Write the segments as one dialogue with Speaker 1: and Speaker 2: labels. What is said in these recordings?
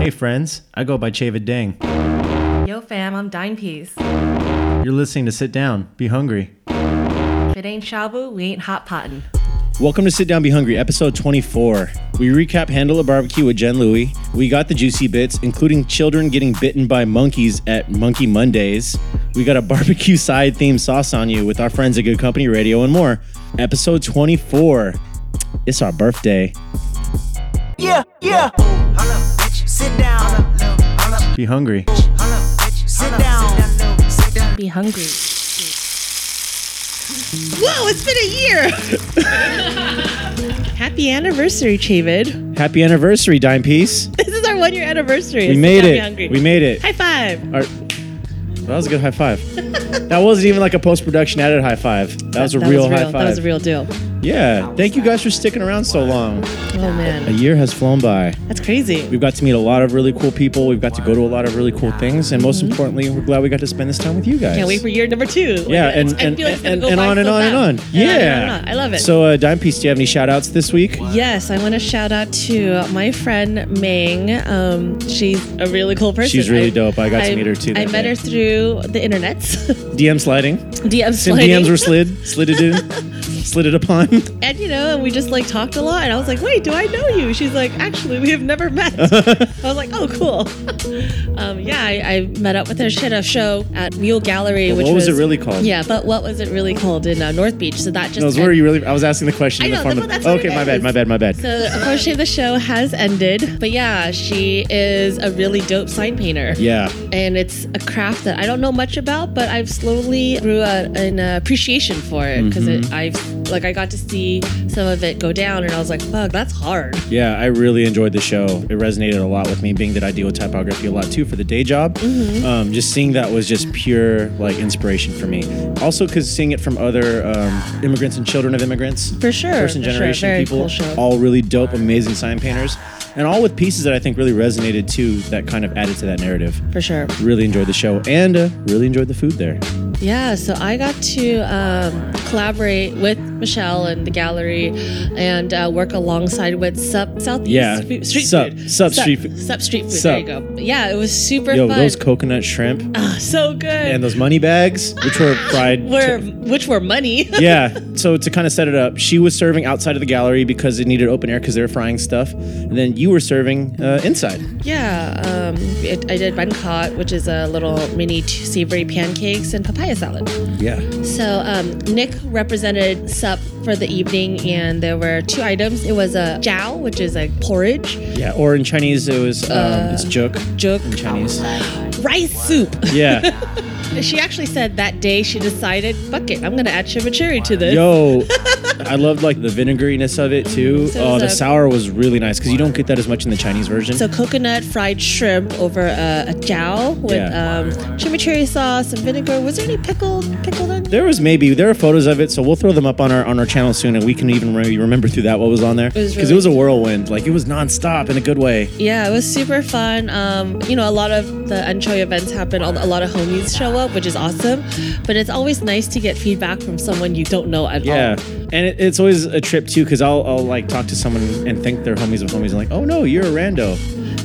Speaker 1: Hey friends, I go by Chavid Dang.
Speaker 2: Yo, fam, I'm Dine Peas.
Speaker 1: You're listening to Sit Down, Be Hungry.
Speaker 2: If it ain't shabu, we ain't hot potting.
Speaker 1: Welcome to Sit Down Be Hungry, episode 24. We recap Handle a Barbecue with Jen Louie. We got the juicy bits, including children getting bitten by monkeys at Monkey Mondays. We got a barbecue side themed sauce on you with our friends at Good Company Radio and more. Episode 24. It's our birthday.
Speaker 3: Yeah, yeah. Sit down,
Speaker 1: Be hungry.
Speaker 3: sit down.
Speaker 2: Be hungry.
Speaker 4: Whoa, it's been a year. Happy anniversary, Chavid.
Speaker 1: Happy anniversary, Dime Piece.
Speaker 4: This is our one year anniversary.
Speaker 1: We made it. We made it.
Speaker 4: High five.
Speaker 1: Our- that was a good high five. that wasn't even like a post production edit high five. That was a real high five.
Speaker 4: That was a real deal.
Speaker 1: Yeah. Thank you guys for sticking around so long.
Speaker 4: Oh,
Speaker 1: A
Speaker 4: man.
Speaker 1: year has flown by.
Speaker 4: That's crazy.
Speaker 1: We've got to meet a lot of really cool people. We've got to go to a lot of really cool things. And most importantly, we're glad we got to spend this time with you guys.
Speaker 4: Mm-hmm. Can't wait for year number two. Like,
Speaker 1: yeah,
Speaker 4: it's-
Speaker 1: and,
Speaker 4: I
Speaker 1: and,
Speaker 4: feel like it's gonna
Speaker 1: and,
Speaker 4: go
Speaker 1: and
Speaker 4: by
Speaker 1: on and
Speaker 4: so
Speaker 1: on and on.
Speaker 4: fast.
Speaker 1: Yeah.
Speaker 4: and on. I love it.
Speaker 1: So, uh, Dime Piece, do you have any shout outs this week?
Speaker 4: Yes, I want to shout out to my friend Ming. Um, she's a really cool person.
Speaker 1: She's really
Speaker 4: I-
Speaker 1: dope. I got to meet her too
Speaker 4: I
Speaker 1: that
Speaker 4: met
Speaker 1: day.
Speaker 4: her through the internet.
Speaker 1: DM sliding.
Speaker 4: DMs.
Speaker 1: Some DMs were slid, slitted in, slid it upon.
Speaker 4: and you know, and we just like talked a lot. And I was like, "Wait, do I know you?" She's like, "Actually, we have never met." I was like, "Oh, cool." um, yeah, I, I met up with her. She had a show at Mule Gallery,
Speaker 1: But
Speaker 4: which
Speaker 1: what was it really called?
Speaker 4: Yeah, but what was it really called in uh, North Beach? So that just
Speaker 1: No, where you really? I was asking the question
Speaker 4: I
Speaker 1: in the
Speaker 4: know,
Speaker 1: form
Speaker 4: that's
Speaker 1: of.
Speaker 4: what- that's what
Speaker 1: okay,
Speaker 4: it
Speaker 1: my
Speaker 4: is.
Speaker 1: bad, my bad, my bad.
Speaker 4: so unfortunately, the show has ended. But yeah, she is a really dope sign painter.
Speaker 1: yeah.
Speaker 4: And it's a craft that I don't know much about, but I've slowly grew a, an appreciation for it because
Speaker 1: Mm-hmm.
Speaker 4: I've like I got to see some of it go down, and I was like, "Fuck, that's hard."
Speaker 1: Yeah, I really enjoyed the show. It resonated a lot with me, being that I deal with typography a lot too for the day job.
Speaker 4: Mm-hmm.
Speaker 1: Um, just seeing that was just pure like inspiration for me. Also, because seeing it from other um, immigrants and children of immigrants,
Speaker 4: For sure,
Speaker 1: first and
Speaker 4: for sure.
Speaker 1: generation
Speaker 4: Very
Speaker 1: people,
Speaker 4: cool show.
Speaker 1: all really dope, amazing sign painters, and all with pieces that I think really resonated too. That kind of added to that narrative.
Speaker 4: For sure.
Speaker 1: Really enjoyed the show and uh, really enjoyed the food there.
Speaker 4: Yeah, so I got to um, collaborate with Michelle and the gallery and uh, work alongside with Sup Southeast
Speaker 1: Yeah,
Speaker 4: Fu- Street
Speaker 1: Sup-
Speaker 4: Food.
Speaker 1: Sup Street Food.
Speaker 4: Sup Street Food.
Speaker 1: Sup.
Speaker 4: There you go. Yeah, it was super
Speaker 1: Yo,
Speaker 4: fun.
Speaker 1: those coconut shrimp
Speaker 4: Ah, so good.
Speaker 1: and those money bags, which were fried.
Speaker 4: were, which were money.
Speaker 1: yeah. So to kind of set it up, she was serving outside of the gallery because it needed open air because they were frying stuff, and then you were serving uh, inside.
Speaker 4: yeah, um, it, I did bancot, which is a little mini t- savory pancakes and papaya salad.
Speaker 1: Yeah.
Speaker 4: So um, Nick represented sup for the evening, and there were two items. It was a jiao, which is like porridge,
Speaker 1: Yeah. Or in Chinese, it was um,
Speaker 4: Uh.
Speaker 1: it's joke
Speaker 4: juk,
Speaker 1: in Chinese.
Speaker 4: rice soup.
Speaker 1: Yeah.
Speaker 4: She actually said that day she decided, fuck it, I'm gonna add chimichurri to this.
Speaker 1: Yo. I loved like the vinegariness of it too.
Speaker 4: So it
Speaker 1: oh,
Speaker 4: was
Speaker 1: the
Speaker 4: a-
Speaker 1: sour was really nice because you don't get that as much in the Chinese version.
Speaker 4: So coconut fried shrimp over a, a jiao with
Speaker 1: Yeah.
Speaker 4: um, chimichurri sauce and vinegar. Was there any pickled pickled in?
Speaker 1: there was maybe there are photos of it, so we'll throw them up on our on our channel soon, and we can even maybe remember through that what was on there
Speaker 4: was
Speaker 1: because it
Speaker 4: really-
Speaker 1: was a whirlwind, like it was nonstop in a good way.
Speaker 4: Yeah, it was super fun. Um, you know, a lot of the Anchoy events happen. A a lot of homies show up, which is awesome. But it's always nice to get feedback from someone you don't know at all.
Speaker 1: Yeah, and it, it's always a trip too because I'll, I'll like talk to someone and think they're homies of homies and like, oh no, you're a rando,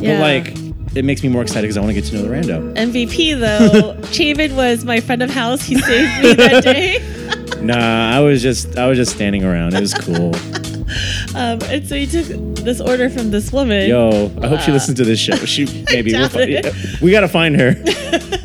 Speaker 4: Yeah.
Speaker 1: but like it makes me more excited because I want to get to know the rando.
Speaker 4: MVP though, Chavin was my friend of house. He saved me that day.
Speaker 1: nah, I was just I was just standing around. It was cool.
Speaker 4: Um, and so he took this order from this woman.
Speaker 1: Yo, I hope she listens to this show. She maybe we'll
Speaker 4: doubt
Speaker 1: find,
Speaker 4: it.
Speaker 1: we gotta find her.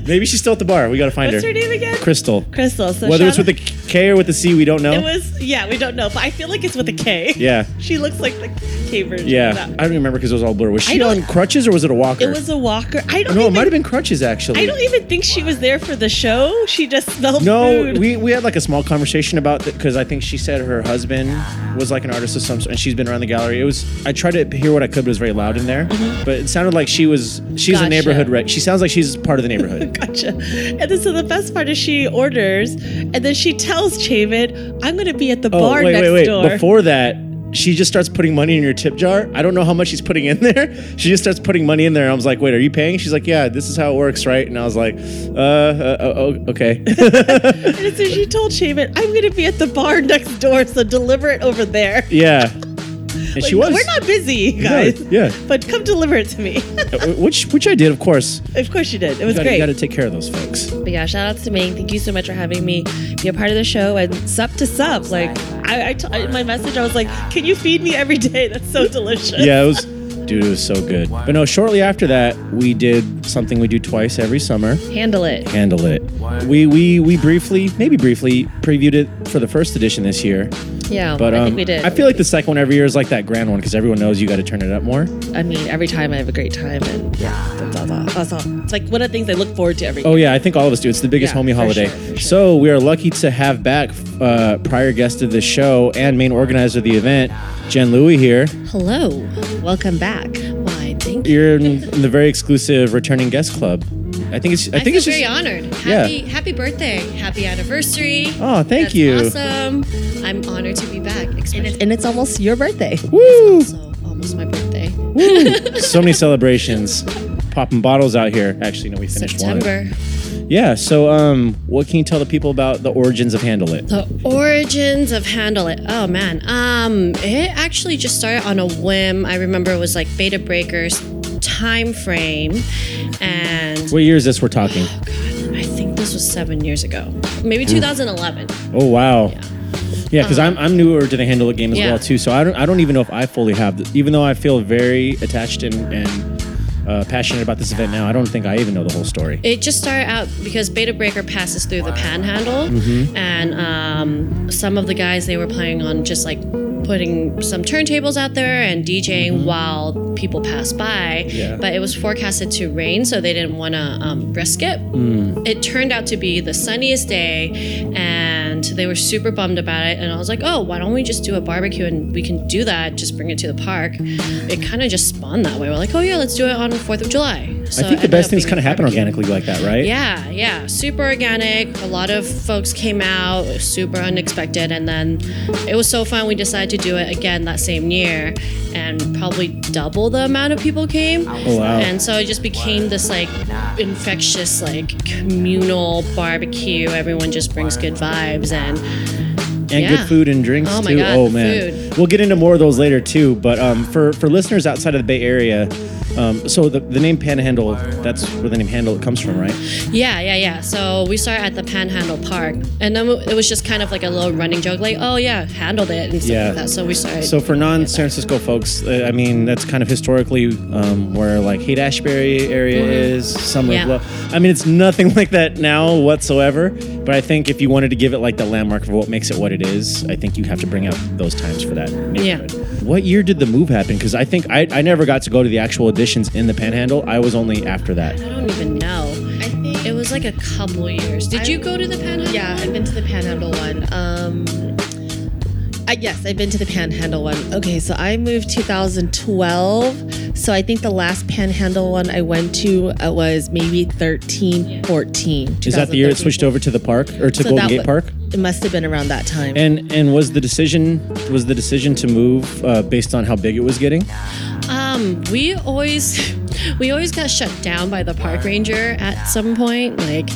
Speaker 1: maybe she's still at the bar. We gotta find
Speaker 4: What's
Speaker 1: her.
Speaker 4: her name again?
Speaker 1: Crystal.
Speaker 4: Crystal. So
Speaker 1: Whether it's
Speaker 4: shout
Speaker 1: with a K or with a C, we don't know.
Speaker 4: out- It was, yeah, we don't know, but I feel like it's with a K.
Speaker 1: yeah.
Speaker 4: She looks like the K version.
Speaker 1: Yeah,
Speaker 4: of that.
Speaker 1: I don't remember because it was all blur. Was she
Speaker 4: don't-
Speaker 1: on crutches or was it a walker?
Speaker 4: It was a walker. I don't
Speaker 1: no, it
Speaker 4: even,
Speaker 1: might have been crutches actually.
Speaker 4: I don't even think she was there for the show. She just smelled
Speaker 1: No,
Speaker 4: food.
Speaker 1: we, we had like a small conversation about that because I think she said her husband was like an artist of some sort, and she's been around the gallery. It was I tried to hear what I could, but it was very loud in there. But it sounded like she was she's a
Speaker 4: Mm-hmm. Gotcha.
Speaker 1: neighborhood rec. She sounds like she's part of the neighborhood.
Speaker 4: Gotcha. And then, so the best part is she orders, and then she tells Chavid, "I'm going to be at the
Speaker 1: oh
Speaker 4: bar
Speaker 1: wait,
Speaker 4: next
Speaker 1: wait, wait!
Speaker 4: door."
Speaker 1: Before that, she just starts putting money in your tip jar. I don't know how much she's putting in there. She just starts putting money in there. I was like, wait, are you paying? She's like, yeah, this is how it works, right? And I was like, uh, uh oh, oh, okay.
Speaker 4: and so she told Chavid, "I'm going to be at the bar next door, so deliver it over there."
Speaker 1: yeah, And she was.
Speaker 4: We're not busy,
Speaker 1: No,
Speaker 4: guys.
Speaker 1: yeah.
Speaker 4: But come deliver it to me.
Speaker 1: Uh, Which which I did, of course.
Speaker 4: of course you did. It was
Speaker 1: You gotta,
Speaker 4: great.
Speaker 1: you gotta take care of those folks.
Speaker 4: But yeah, shout outs to Ming. Thank you so much for having me be a part of the show and sup to sup. Like, I, I t- in my message, I was like, can you feed me every day? That's so delicious.
Speaker 1: Yeah, it was dude, it was so good. But no, shortly after that, we did something we do twice every summer.
Speaker 4: Handle it.
Speaker 1: Handle it. We we we briefly, maybe briefly, previewed it for the first edition this year.
Speaker 4: Yeah,
Speaker 1: But um,
Speaker 4: I think we did.
Speaker 1: I feel like the second one every year is like that grand one because everyone knows you got to turn it up more.
Speaker 4: I mean, every time I have a great time, and yeah, that's all. That's all. It's like one of the things I look forward to every.
Speaker 1: Oh yeah, I think all of us do. It's the biggest
Speaker 4: Yeah,
Speaker 1: homie
Speaker 4: for
Speaker 1: holiday.
Speaker 4: sure, for sure.
Speaker 1: So we are lucky to have back uh, prior guest of the show and main organizer of the event, Jen Louie here.
Speaker 5: Hello, welcome back. Why, thank you.
Speaker 1: You're in the very exclusive returning guest club. I think it's. I,
Speaker 5: I,
Speaker 1: think
Speaker 5: feel
Speaker 1: it's
Speaker 5: very
Speaker 1: just.
Speaker 5: honored.
Speaker 1: Yeah.
Speaker 5: Happy, happy birthday, happy anniversary.
Speaker 1: Oh, thank
Speaker 5: That's
Speaker 1: you.
Speaker 5: Awesome. I'm honored to be back. And it's, and it's almost your birthday.
Speaker 1: Woo!
Speaker 5: So almost my birthday.
Speaker 1: so many celebrations. Popping bottles out here. Actually, no, we finished
Speaker 5: September.
Speaker 1: one. Yeah. So, um, what can you tell the people about the origins of Handle It?
Speaker 5: The origins of Handle It. Oh man. Um it actually just started on a whim. I remember it was like Beta Breakers time frame and
Speaker 1: What year is this we're talking?
Speaker 5: I think this was 7 years ago. Maybe 2011.
Speaker 1: Oh wow. Yeah, because I'm, I'm newer to the Handle It game as
Speaker 5: Yeah.
Speaker 1: well too. So I don't I don't even know if I fully have. The, even though I feel very attached and and uh, passionate about this event now, I don't think I even know the whole story.
Speaker 5: It just started out because Beta Breaker passes through the panhandle,
Speaker 1: Mm-hmm.
Speaker 5: and um, some of the guys they were playing on just like putting some turntables out there and DJing while people pass by.
Speaker 1: Mm-hmm. Yeah.
Speaker 5: But it was forecasted to rain, so they didn't want to um, risk it.
Speaker 1: Mm.
Speaker 5: It turned out to be the sunniest day, and they were super bummed about it. And I was like, oh, why don't we just do a barbecue and we can do that? Just bring it to the park. It kind of just spawned that way. We're like, oh yeah, let's do it on Fourth of July. So
Speaker 1: I think the
Speaker 5: ended
Speaker 1: best
Speaker 5: up
Speaker 1: things
Speaker 5: being
Speaker 1: kind of happen
Speaker 5: barbecue.
Speaker 1: organically like that, right?
Speaker 5: Yeah, yeah. Super organic. A lot of folks came out, it was super unexpected. And then it was so fun, we decided to do it again that same year. And probably double the amount of people came.
Speaker 1: Oh, wow.
Speaker 5: And so it just became this like infectious, like communal barbecue. Everyone just brings good vibes. And
Speaker 1: and
Speaker 5: Yeah.
Speaker 1: good food and drinks
Speaker 5: Oh my
Speaker 1: too.
Speaker 5: God,
Speaker 1: oh man,
Speaker 5: food.
Speaker 1: we'll get into more of those later too. But um, for for listeners outside of the Bay Area, um, so the, the name Panhandle, that's where the name Handle it comes from, right?
Speaker 5: Yeah, yeah, yeah. So we started at the Panhandle Park, and then it was just kind of like a little running joke, like, "Oh yeah, handled it" and stuff
Speaker 1: Yeah.
Speaker 5: like that. So we started.
Speaker 1: So for non San Francisco folks, uh, I mean that's kind of historically um, where like Haight Ashbury area
Speaker 6: Mm-hmm.
Speaker 1: is, Summer
Speaker 5: Yeah.
Speaker 1: of Love. I mean it's nothing like that now whatsoever. But I think if you wanted to give it like the landmark of what makes it what it is, I think you have to bring out those times for that. neighborhood. What year did the move happen? Because I think I, I never got to go to the actual editions in the Panhandle. I was only after that.
Speaker 5: I don't even know.
Speaker 6: I think
Speaker 5: It was like a couple years. Did
Speaker 6: I-
Speaker 5: you go to the Panhandle?
Speaker 6: Yeah, I've been to the Panhandle one. Um, I, yes, I've been to the Panhandle one. Okay, so I moved 2012. So I think the last Panhandle one I went to uh, was maybe 13, 14.
Speaker 1: Is that the year it switched
Speaker 6: 2013.
Speaker 1: over to the park or to
Speaker 6: So
Speaker 1: Golden
Speaker 6: that
Speaker 1: Gate
Speaker 6: wa-
Speaker 1: Park?
Speaker 6: It must have been around that time.
Speaker 1: And and was the decision was the decision to move uh, based on how big it was getting?
Speaker 5: Um, we always we always got shut down by the park ranger at some point, like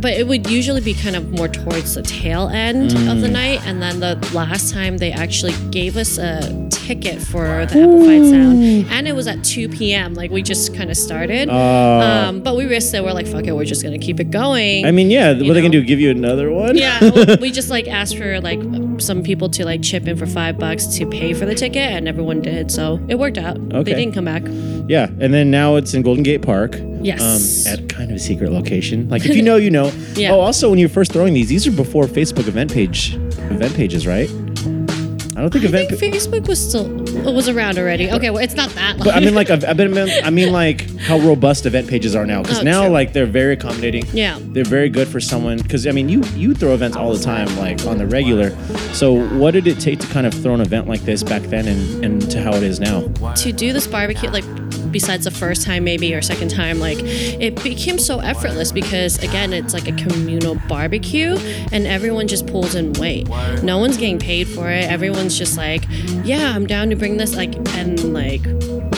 Speaker 5: but it would usually be kind of more towards the tail end of the night and then the last time they actually gave us a ticket for the apple fight sound and it was at 2 p.m like we just kind of started um, but we risked it we're like fuck it we're just gonna keep it going
Speaker 1: I mean, yeah, what are they gonna
Speaker 5: know?
Speaker 1: do? Give you another one?
Speaker 5: Yeah, w- we just like asked for like some people to like chip in for five bucks to pay for the ticket, and everyone did, so it worked out.
Speaker 1: Okay.
Speaker 5: They didn't come back.
Speaker 1: yeah. And then now it's in Golden Gate Park.
Speaker 5: Yes.
Speaker 1: Um, at kind of a secret location. Like if you know, you know.
Speaker 5: Yeah.
Speaker 1: Oh, also when you're first throwing these, these are before Facebook event page event pages, right? I don't think
Speaker 5: I
Speaker 1: event.
Speaker 5: think Facebook was still it was around already. Okay, well, it's not that long.
Speaker 1: but I mean, like, I've, I've been, I mean, like, how robust event pages are now. Because
Speaker 5: Oh,
Speaker 1: now,
Speaker 5: true.
Speaker 1: like, they're very accommodating.
Speaker 5: Yeah.
Speaker 1: They're very good for someone. Because I mean, you you throw events all the time, like on the regular. So, what did it take to kind of throw an event like this back then, and and to how it is now?
Speaker 5: to do this barbecue like besides the first time maybe or second time like it became so effortless because again it's like a communal barbecue and everyone just pulls in weight no one's getting paid for it everyone's just like yeah i'm down to bring this like and like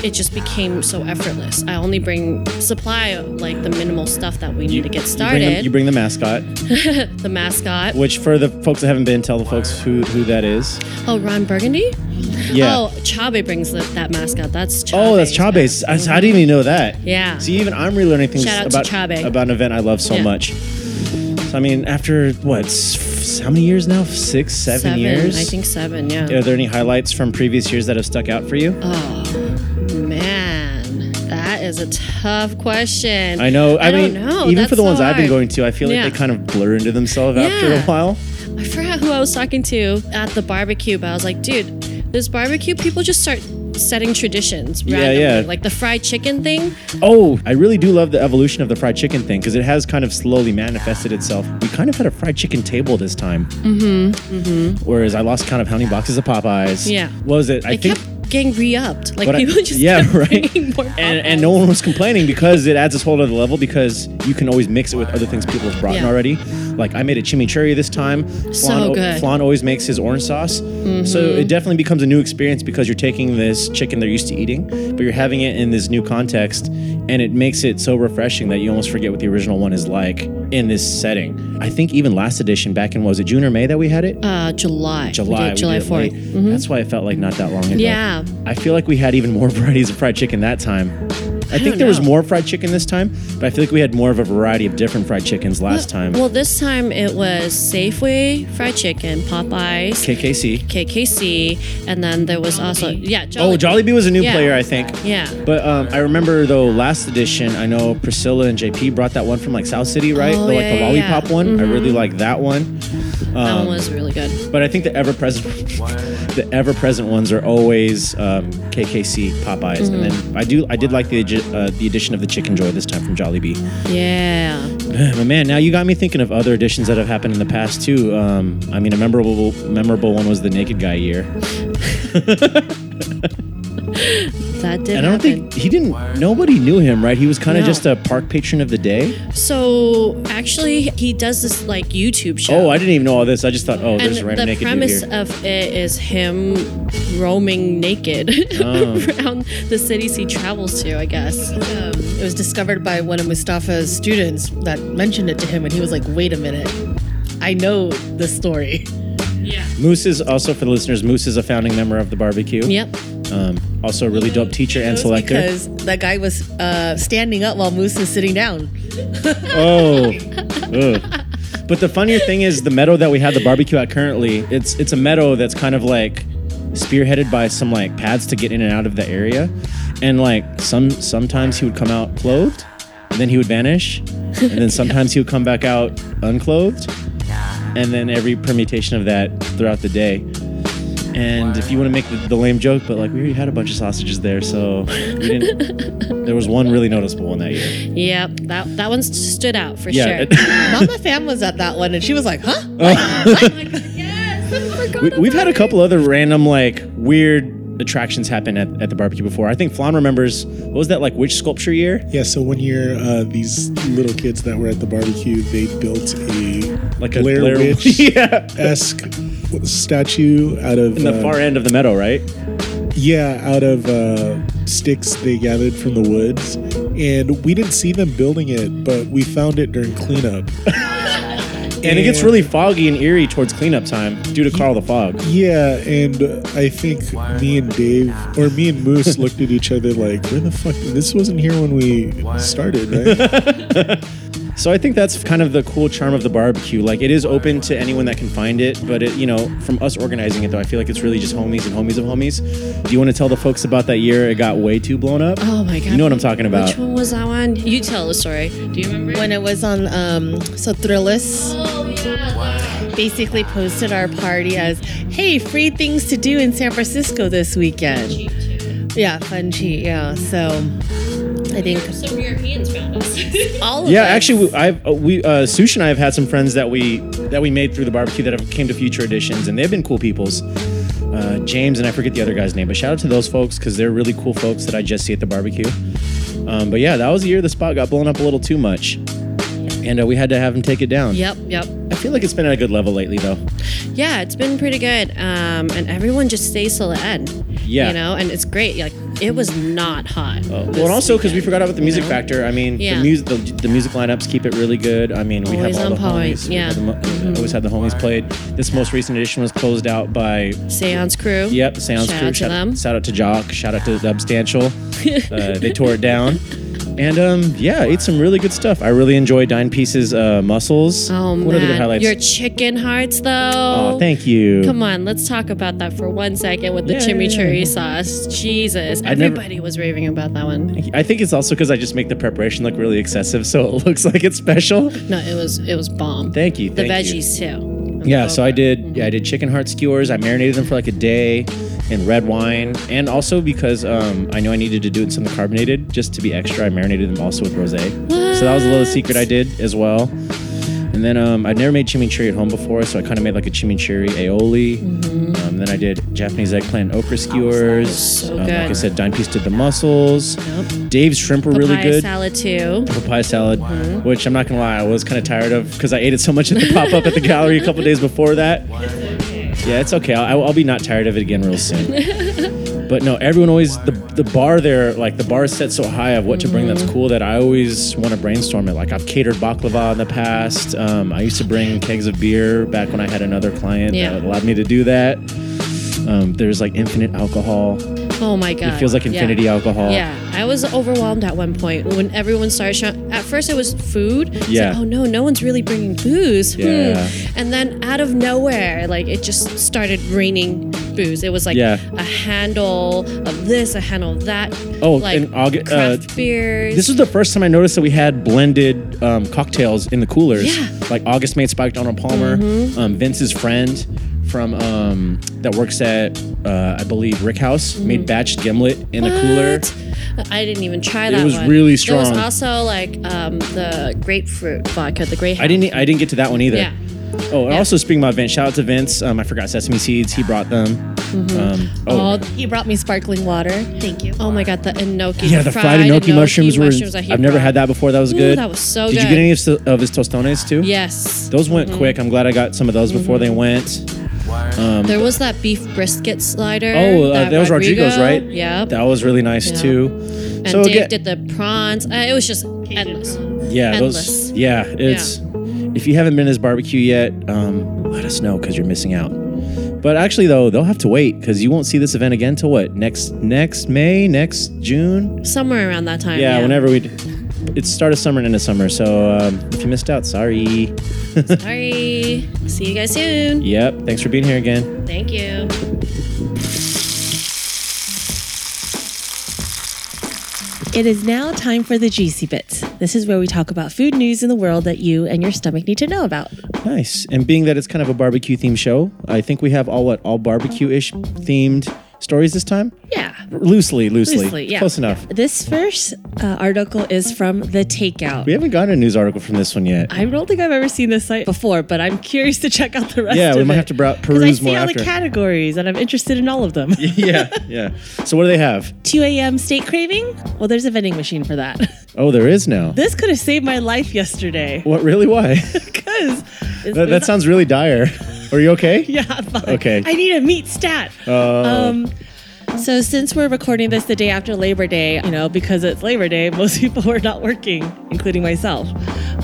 Speaker 5: it just became so effortless. I only bring supply like the minimal stuff that we need to get
Speaker 1: You bring,
Speaker 5: started.
Speaker 1: the, you bring the mascot,
Speaker 5: the mascot.
Speaker 1: which for the folks that haven't been, tell the folks who, who that is.
Speaker 5: Oh, Ron Burgundy.
Speaker 1: Yeah.
Speaker 5: Oh, Chabe brings the, that mascot. That's Chabe.
Speaker 1: Oh, that's Chabe's. I, I didn't even know that.
Speaker 5: Yeah.
Speaker 1: See, even I'm relearning things
Speaker 5: Shout out
Speaker 1: about
Speaker 5: to Chabe.
Speaker 1: about an event I love so
Speaker 5: Yeah.
Speaker 1: much. So I mean, after what? s- How many years now? Six, seven,
Speaker 5: seven
Speaker 1: years.
Speaker 5: I think seven. Yeah.
Speaker 1: Are there any highlights from previous years that have stuck out for you?
Speaker 5: Uh, Man, that is a tough question.
Speaker 1: I know. I, mean,
Speaker 5: don't know.
Speaker 1: even
Speaker 5: That's
Speaker 1: for the
Speaker 5: so
Speaker 1: ones I've been
Speaker 5: hard.
Speaker 1: going to, I feel like
Speaker 5: Yeah.
Speaker 1: they kind of blur into themselves after a
Speaker 5: Yeah.
Speaker 1: while.
Speaker 5: I forgot who I was talking to at the barbecue, but I was like, dude, this barbecue, people just start setting traditions
Speaker 1: Yeah,
Speaker 5: randomly.
Speaker 1: yeah.
Speaker 5: Like the fried chicken thing.
Speaker 1: Oh, I really do love the evolution of the fried chicken thing because it has kind of slowly manifested itself. We kind of had a fried chicken table this time. Mm-hmm. mm-hmm. Whereas I lost count of how many boxes of Popeyes.
Speaker 5: Yeah.
Speaker 1: What was it? I
Speaker 5: It
Speaker 1: think.
Speaker 5: kept getting re-upped. Like
Speaker 1: but I-
Speaker 5: people just
Speaker 1: yeah,
Speaker 5: kept
Speaker 1: right.
Speaker 5: bringing more
Speaker 1: and, and no
Speaker 5: Popeyes.
Speaker 1: one was complaining because it adds this whole other level because you can always mix it with other things people have brought in
Speaker 5: Yeah.
Speaker 1: already. Like I made a chimichurri this time. Flan,
Speaker 5: So good. Mm-hmm.
Speaker 1: Flan always makes his orange sauce, so it definitely becomes a new experience because you're taking this chicken they're used to eating, but you're having it in this new context, and it makes it so refreshing that you almost forget what the original one is like in this setting. I think even last edition back in what was it June or May that we had it.
Speaker 5: uh, July.
Speaker 1: July,
Speaker 5: We
Speaker 1: we
Speaker 5: did July
Speaker 1: did it late.
Speaker 5: 4th.
Speaker 1: That's why it felt like not that long ago.
Speaker 5: Yeah.
Speaker 1: I feel like we had even more varieties of fried chicken that time. I, think
Speaker 5: don't
Speaker 1: there was
Speaker 5: know.
Speaker 1: more fried chicken this time, but I feel like we had more of a variety of different fried chickens last time.
Speaker 5: Well, this time it was Safeway fried chicken, Popeyes,
Speaker 1: KKC.
Speaker 5: KKC, and then there was also yeah. Jolly
Speaker 1: Oh, Jollibee was a new
Speaker 5: Yeah.
Speaker 1: player, I think.
Speaker 5: Yeah.
Speaker 1: But um, I remember though last edition, I know Priscilla and JP brought that one from like South City, right?
Speaker 5: Oh,
Speaker 1: the, like
Speaker 5: yeah,
Speaker 1: the
Speaker 5: yeah, yeah. Mm-hmm.
Speaker 1: lollipop one. I really like that one.
Speaker 5: That one was really good.
Speaker 1: But I think the ever present, the ever present ones are always um, KKC, Popeyes, and
Speaker 5: Mm-hmm.
Speaker 1: then I do I did like the addi- uh, the addition of the Chicken Joy this time from Jollibee.
Speaker 5: Yeah.
Speaker 1: But man, now you got me thinking of other editions that have happened in the past too. Um, I mean, a memorable memorable one was the Naked Guy year,
Speaker 5: That did
Speaker 1: and I don't
Speaker 5: happen.
Speaker 1: think he didn't. Nobody knew him, right? He was kind of
Speaker 5: No.
Speaker 1: just a park patron of the day.
Speaker 5: So actually, he does this like YouTube show.
Speaker 1: Oh, I didn't even know all this. I just thought, oh,
Speaker 5: and
Speaker 1: there's a random
Speaker 5: the
Speaker 1: naked dude
Speaker 5: premise
Speaker 1: here.
Speaker 5: of it is him roaming naked
Speaker 1: Oh.
Speaker 5: around the cities he travels to. I guess.
Speaker 6: Um, it was discovered by one of Mustafa's students that mentioned it to him, and he was like, wait a minute. I know the story.
Speaker 1: Moose is also for the listeners. Moose is a founding member of the barbecue.
Speaker 5: Yep.
Speaker 1: Um, also, a really dope teacher and
Speaker 6: It was
Speaker 1: selector.
Speaker 6: Because that guy was uh, standing up while Moose is sitting down.
Speaker 1: Oh. Ugh. But the funnier thing is the meadow that we have the barbecue at currently, it's it's a meadow that's kind of like spearheaded by some like paths to get in and out of the area. And like some sometimes he would come out clothed, and then he would vanish. And then sometimes he would come back out unclothed. And then every permutation of that throughout the day. And if you want to make the, the lame joke, but like we already had a bunch of sausages there, so we didn't, there was one really noticeable one that year.
Speaker 5: Yep. That that one stood out for
Speaker 1: Yeah.
Speaker 5: sure.
Speaker 6: Mama Fam was at that one, and she was like, huh?
Speaker 5: Oh
Speaker 1: we, we've had a couple other random like weird attractions happen at, at the barbecue before i think flan remembers what was that like witch sculpture year
Speaker 7: Yeah, so one year, uh, these little kids that were at the barbecue, they built a
Speaker 1: like a
Speaker 7: Blair Witch.
Speaker 1: yeah
Speaker 7: esque statue out of
Speaker 1: in the
Speaker 7: uh,
Speaker 1: far end of the meadow right
Speaker 7: yeah out of uh, sticks they gathered from the woods, and we didn't see them building it, but we found it during cleanup.
Speaker 1: and it gets really foggy and eerie towards cleanup time due to carl the fog
Speaker 7: Yeah, and I think me and Dave, or me and Moose, looked at each other like, "Where the fuck? This wasn't here when we started, right?"
Speaker 1: so i think that's kind of the cool charm of the barbecue like it is open to anyone that can find it but it you know from us organizing it though i feel like it's really just homies and homies of homies do you want to tell the folks about that year it got way too blown up
Speaker 5: Oh my god.
Speaker 1: you know what i'm talking about
Speaker 5: Which one was that one? You tell the story. Do you remember?
Speaker 6: when it was on um so thrillist basically posted our party as hey free things to do in san francisco this weekend yeah fun cheat yeah so i think
Speaker 5: Some Europeans found us.
Speaker 6: all of
Speaker 1: Yeah,
Speaker 6: us-
Speaker 1: actually, we- I've uh, we uh, Sush and I have had some friends that we that we made through the barbecue that have came to future editions, and they've been cool peoples. Uh, James and I forget the other guy's name, but shout out to those folks because they're really cool folks that I just see at the barbecue. Um, but yeah, that was a year the spot got blown up a little too much, and uh, we had to have him take it down.
Speaker 5: yep. Yep.
Speaker 1: I feel like it's been at a good level lately, though.
Speaker 5: Yeah, it's been pretty good. Um, and everyone just stays till the end.
Speaker 1: Yeah.
Speaker 5: You know, and it's great. Like It was not hot.
Speaker 1: Oh, well, and also because we forgot about the music
Speaker 5: know?
Speaker 1: factor. I mean,
Speaker 5: Yeah.
Speaker 1: the music, the, the music lineups keep it really good. I mean, we
Speaker 5: Always
Speaker 1: have all
Speaker 5: on
Speaker 1: the
Speaker 5: point,
Speaker 1: homies. We
Speaker 5: yeah. Mm-hmm.
Speaker 1: have the mo- Always had the homies played. This most recent edition was closed out by
Speaker 5: Seance crew.
Speaker 1: Yep, sounds
Speaker 5: Shout
Speaker 1: crew.
Speaker 5: out to
Speaker 1: shout,
Speaker 5: them.
Speaker 1: shout out to Jock. Shout out to Substantial. uh, they tore it down. And um, yeah, it's some really good stuff. I really enjoy Dine Piece's uh, muscles.
Speaker 5: Oh
Speaker 1: what are the
Speaker 5: man,
Speaker 1: highlights?
Speaker 5: your chicken hearts though.
Speaker 1: oh, thank you.
Speaker 5: Come on, let's talk about that for one second with the
Speaker 1: Yeah, yeah,
Speaker 5: chimichurri sauce. Jesus,
Speaker 1: never-
Speaker 5: everybody was raving about that one.
Speaker 1: I think it's also because I just make the preparation look really excessive, so it looks like it's special.
Speaker 5: No, it was it was bomb.
Speaker 1: Thank you.
Speaker 5: the
Speaker 1: thank you.
Speaker 5: veggies too.
Speaker 1: Yeah, so I
Speaker 5: Mm-hmm.
Speaker 1: did. Yeah, I did chicken heart skewers. I marinated them for like a day in red wine, and also because um, I knew I needed to do it in something carbonated just to be extra. I marinated them also with rosé. So that was a little secret I did as well. And then um, I'd never made chimichurri at home before, so I kind of made like a chimichurri aioli.
Speaker 5: Mm-hmm.
Speaker 1: Um, then I did Japanese eggplant and okra skewers.
Speaker 5: Oh, so
Speaker 1: um, like I
Speaker 5: good.
Speaker 1: said, dine piece did the mussels.
Speaker 5: Yep.
Speaker 1: Dave's shrimp were really
Speaker 5: Papaya
Speaker 1: good
Speaker 5: salad too.
Speaker 1: papaya salad, which I'm not gonna lie, I was kind of tired of because I ate it so much at the pop up at the gallery a couple days before that. Yeah, it's okay. I'll, I'll be not tired of it again real soon. but no, everyone always the the bar there, like the bar is set so high of what to bring that's cool that I always want to brainstorm it. Like I've catered baklava in the past. Um, I used to bring kegs of beer back when I had another client
Speaker 5: Yeah.
Speaker 1: that allowed me to do that. Um, there's like infinite alcohol.
Speaker 5: Oh my god.
Speaker 1: It feels like
Speaker 5: Yeah.
Speaker 1: infinity alcohol.
Speaker 5: Yeah, I was overwhelmed at one point when everyone started. Sh- at first, it was food. It's like,
Speaker 1: Yeah.
Speaker 5: oh no, no one's really bringing booze. Hmm.
Speaker 1: Yeah.
Speaker 5: And then out of nowhere, like it just started raining booze. It was like
Speaker 1: Yeah.
Speaker 5: a handle of this, a handle of that.
Speaker 1: Oh,
Speaker 5: like
Speaker 1: in August-
Speaker 5: craft
Speaker 1: uh,
Speaker 5: beers.
Speaker 1: This was the first time I noticed that we had blended um, cocktails in the coolers.
Speaker 5: Yeah. Mm-hmm.
Speaker 1: Like August made Spike Donald Palmer, um, Vince's friend from um, that works at uh, I believe Rick House
Speaker 5: Mm-hmm.
Speaker 1: made batched gimlet in a cooler.
Speaker 5: What? I didn't even try that.
Speaker 1: was
Speaker 5: one.
Speaker 1: really
Speaker 5: There
Speaker 1: strong.
Speaker 5: was also like um, the grapefruit vodka, the Greyhound.
Speaker 1: I didn't e, I didn't get to that one either.
Speaker 5: Yeah.
Speaker 1: Oh, and also speaking about Vince, shout out to Vince. Um, I forgot Sesame Seeds. He brought them. Um, oh,
Speaker 5: Oh,
Speaker 6: You brought me sparkling water.
Speaker 5: thank you. Oh my god, the enoki.
Speaker 1: yeah, the fried, gnocchi mushrooms were.
Speaker 5: that he
Speaker 1: I've never
Speaker 5: brought.
Speaker 1: had that before. That was
Speaker 5: Ooh,
Speaker 1: good.
Speaker 5: that was so
Speaker 1: Did
Speaker 5: good. Mm-hmm.
Speaker 1: you get any of, s- of his tostones too?
Speaker 5: Yes.
Speaker 1: Those went quick. I'm glad I got some of those before
Speaker 5: Mm-hmm.
Speaker 1: they went.
Speaker 5: There was that beef brisket slider.
Speaker 1: um, Oh, uh, that, was Rodrigo's, right?
Speaker 5: Yeah.
Speaker 1: That was really nice
Speaker 5: Yep.
Speaker 1: too.
Speaker 5: and
Speaker 1: so
Speaker 5: Dave
Speaker 1: again,
Speaker 5: did the prawns. Uh, it was just endless.
Speaker 1: yeah,
Speaker 5: endless.
Speaker 1: those, yeah, it's. If you haven't been to this barbecue yet, um, let us know because you're missing out. But actually, though, they'll have to wait because you won't see this event again till what next next May, next
Speaker 5: Uh,
Speaker 1: June.
Speaker 5: Somewhere around that time.
Speaker 1: Yeah, whenever we. It's start of summer and end of summer, so um, if you missed out, sorry.
Speaker 5: Sorry. See you guys soon.
Speaker 1: Yep, thanks for being here again.
Speaker 5: Thank you.
Speaker 4: It is now time for the juicy bits. This is where we talk about food news in the world that you and your stomach need to know about.
Speaker 1: Nice. And being that it's kind of a barbecue themed show, I think we have all what all barbecue ish themed stories this time.
Speaker 4: Yeah.
Speaker 1: Loosely, loosely,
Speaker 4: Loosely, yeah.
Speaker 1: close enough.
Speaker 4: This first uh, article is from The Takeout.
Speaker 1: We haven't gotten a news article from this one yet.
Speaker 4: I don't think I've ever seen this site before, but I'm curious to check out the rest
Speaker 1: Yeah,
Speaker 4: of
Speaker 1: we might
Speaker 4: it.
Speaker 1: have to brow-
Speaker 4: 'Cause I
Speaker 1: peruse
Speaker 4: see
Speaker 1: more
Speaker 4: all
Speaker 1: after.
Speaker 4: the categories and I'm interested in all of them.
Speaker 1: yeah, yeah. So what do they have?
Speaker 4: 2 a.m. steak craving? Well, there's a vending machine for that.
Speaker 1: Oh, there is now.
Speaker 4: this could have saved my life yesterday.
Speaker 1: What really? Why?
Speaker 4: Because
Speaker 1: that, that sounds really dire. Are you okay?
Speaker 4: Yeah, I'm fine.
Speaker 1: Okay.
Speaker 4: I need a meat stat.
Speaker 1: Uh,
Speaker 4: Um, so since we're recording this the day after Labor Day, you know, because it's Labor Day, most people were not working, including myself.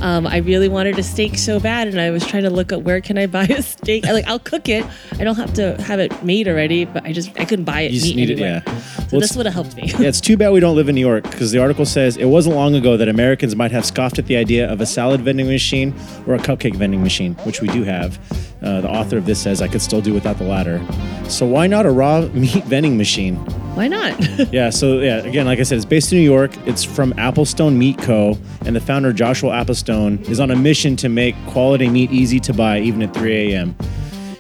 Speaker 4: Um, I really wanted a steak so bad, and I was trying to look up where can I buy a steak. I, like I'll cook it. I don't have to have it made already, but I just I couldn't buy it.
Speaker 1: you just
Speaker 4: meat
Speaker 1: need it.
Speaker 4: anywhere.
Speaker 1: Yeah.
Speaker 4: So
Speaker 1: Well,
Speaker 4: this
Speaker 1: it's,
Speaker 4: would have helped me.
Speaker 1: yeah, it's too bad we don't live in New York because the article says it wasn't long ago that Americans might have scoffed at the idea of a salad vending machine or a cupcake vending machine, which we do have. Uh, the author of this says I could still do without the latter. So why not a raw meat vending machine?
Speaker 4: Why not?
Speaker 1: Yeah, so yeah, again, like I said, it's based in New York. It's from Applestone Meat Co. And the founder, Joshua Applestone, is on a mission to make quality meat easy to buy even at 3 a.m.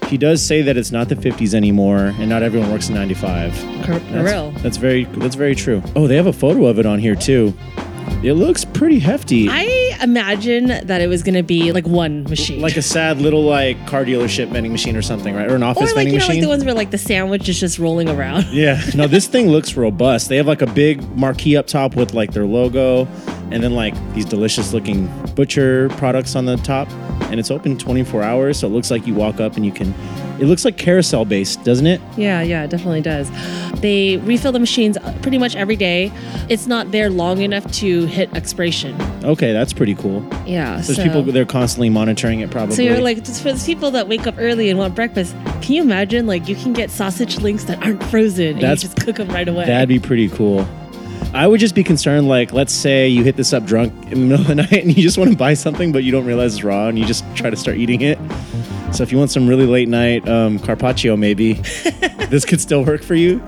Speaker 1: He does say that it's not the 50s anymore and not everyone works in 95.
Speaker 4: For
Speaker 1: That's,
Speaker 4: real.
Speaker 1: That's very that's very true. Oh, they have a photo of it on here too. It looks pretty hefty.
Speaker 4: I imagine that it was gonna be like one machine.
Speaker 1: like a sad little like car dealership vending machine or something, right? Or an
Speaker 4: or
Speaker 1: office
Speaker 4: like
Speaker 1: vending
Speaker 4: you know like
Speaker 1: machine.
Speaker 4: the ones where like the sandwich is just rolling around.
Speaker 1: Yeah. No, this thing looks robust. They have like a big marquee up top with like their logo and then like these delicious looking butcher products on the top. And it's open 24 hours. So it looks like you walk up and you can It looks like carousel based, doesn't it?
Speaker 4: Yeah, yeah, it definitely does. They refill the machines pretty much every day. It's not there long enough to hit expiration.
Speaker 1: Okay, that's pretty cool.
Speaker 4: Yeah.
Speaker 1: There's
Speaker 4: so.
Speaker 1: people they're constantly monitoring it probably.
Speaker 4: So you're like, just for those people that wake up early and want breakfast, can you imagine? Like, you can get sausage links that aren't frozen
Speaker 1: That's-
Speaker 4: and you just cook them right away.
Speaker 1: That'd be pretty cool. I would just be concerned, like, let's say you hit this up drunk in the middle of the night and you just want to buy something, but you don't realize it's raw and you just try to start eating it. So if you want some really late night um, carpaccio, maybe this could still work for you.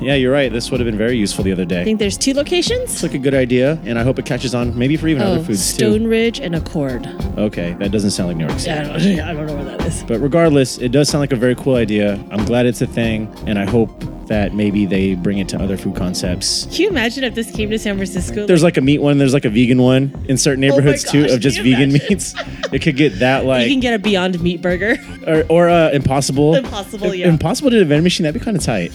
Speaker 1: Yeah, you're right. This would have been very useful the other
Speaker 4: I
Speaker 1: day.
Speaker 4: think there's two locations.
Speaker 1: It's like a good idea, and I hope it catches on maybe for even other
Speaker 4: Oh,
Speaker 1: foods
Speaker 4: Stone Ridge and Accord.
Speaker 1: too. Okay, that doesn't sound like New York City.
Speaker 4: Yeah, I don't, I don't know where that is.
Speaker 1: But regardless, it does sound like a very cool idea. I'm glad it's a thing, and I hope that maybe they bring it to other food concepts.
Speaker 4: Can you imagine if this came to San Francisco?
Speaker 1: There's like a meat one, there's like a vegan one in certain neighborhoods
Speaker 4: Oh gosh,
Speaker 1: too of
Speaker 4: can
Speaker 1: just
Speaker 4: you
Speaker 1: vegan
Speaker 4: imagine?
Speaker 1: meats. It could get that
Speaker 4: you can
Speaker 1: like
Speaker 4: get a Beyond Meat burger.
Speaker 1: or, or uh, impossible.
Speaker 4: Impossible,
Speaker 1: If
Speaker 4: yeah.
Speaker 1: Impossible did a vending machine. That'd be kind of tight.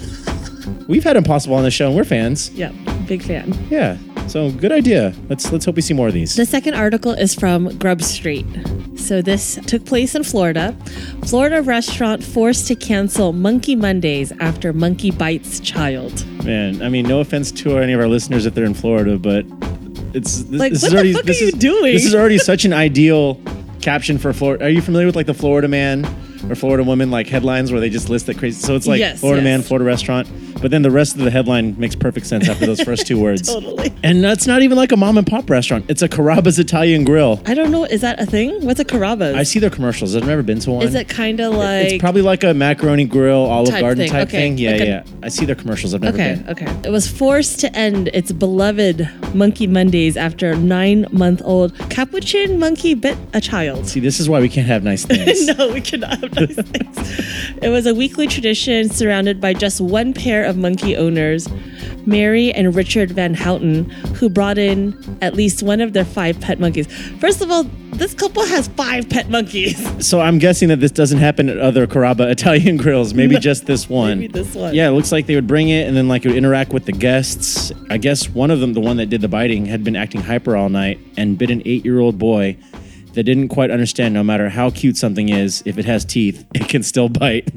Speaker 1: We've had impossible on the show, and we're fans.
Speaker 4: yep, big fan.
Speaker 1: Yeah. So good idea. Let's let's hope we see more of these.
Speaker 4: The second article is from Grub Street. So this took place in Florida. Florida restaurant forced to cancel Monkey Mondays after monkey bites child.
Speaker 1: Man, I mean, no offense to any of our listeners if they're in Florida, but it's this,
Speaker 4: Like,
Speaker 1: this is
Speaker 4: what the
Speaker 1: already
Speaker 4: fuck are
Speaker 1: this
Speaker 4: you
Speaker 1: is,
Speaker 4: doing?
Speaker 1: This is already such an ideal caption for Florida. Are you familiar with like the Florida man or Florida woman like headlines where they just list that crazy? So it's like
Speaker 4: Yes,
Speaker 1: Florida man,
Speaker 4: yes.
Speaker 1: Florida restaurant, but then the rest of the headline makes perfect sense after those first two words.
Speaker 4: Totally.
Speaker 1: And that's not even like a mom and pop restaurant. It's a Carrabba's Italian Grill.
Speaker 4: I don't know. Is that a thing? What's a Carrabba's?
Speaker 1: I see their commercials. I've never been to one.
Speaker 4: Is it kind of like?
Speaker 1: it's probably like a macaroni grill, Olive
Speaker 4: Type
Speaker 1: Garden
Speaker 4: thing.
Speaker 1: type
Speaker 4: Okay.
Speaker 1: thing. Yeah,
Speaker 4: Like a-
Speaker 1: yeah. I see their commercials. I've never
Speaker 4: Okay,
Speaker 1: been.
Speaker 4: okay. It was forced to end its beloved Monkey Mondays after a nine month old capuchin monkey bit a child.
Speaker 1: See, this is why we can't have nice things.
Speaker 4: no, we cannot have nice things. It was a weekly tradition surrounded by just one pair of monkey owners, Mary and Richard Van Houten, who brought in at least one of their five pet monkeys. First of all, this couple has five pet monkeys.
Speaker 1: So I'm guessing that this doesn't happen at other Caraba Italian grills. Maybe just this one.
Speaker 4: Maybe this one.
Speaker 1: Yeah, it looks like they would bring it and then like it would interact with the guests. I guess one of them, the one that did the biting, had been acting hyper all night and bit an eight-year-old boy that didn't quite understand. No matter how cute something is, if it has teeth, it can still bite.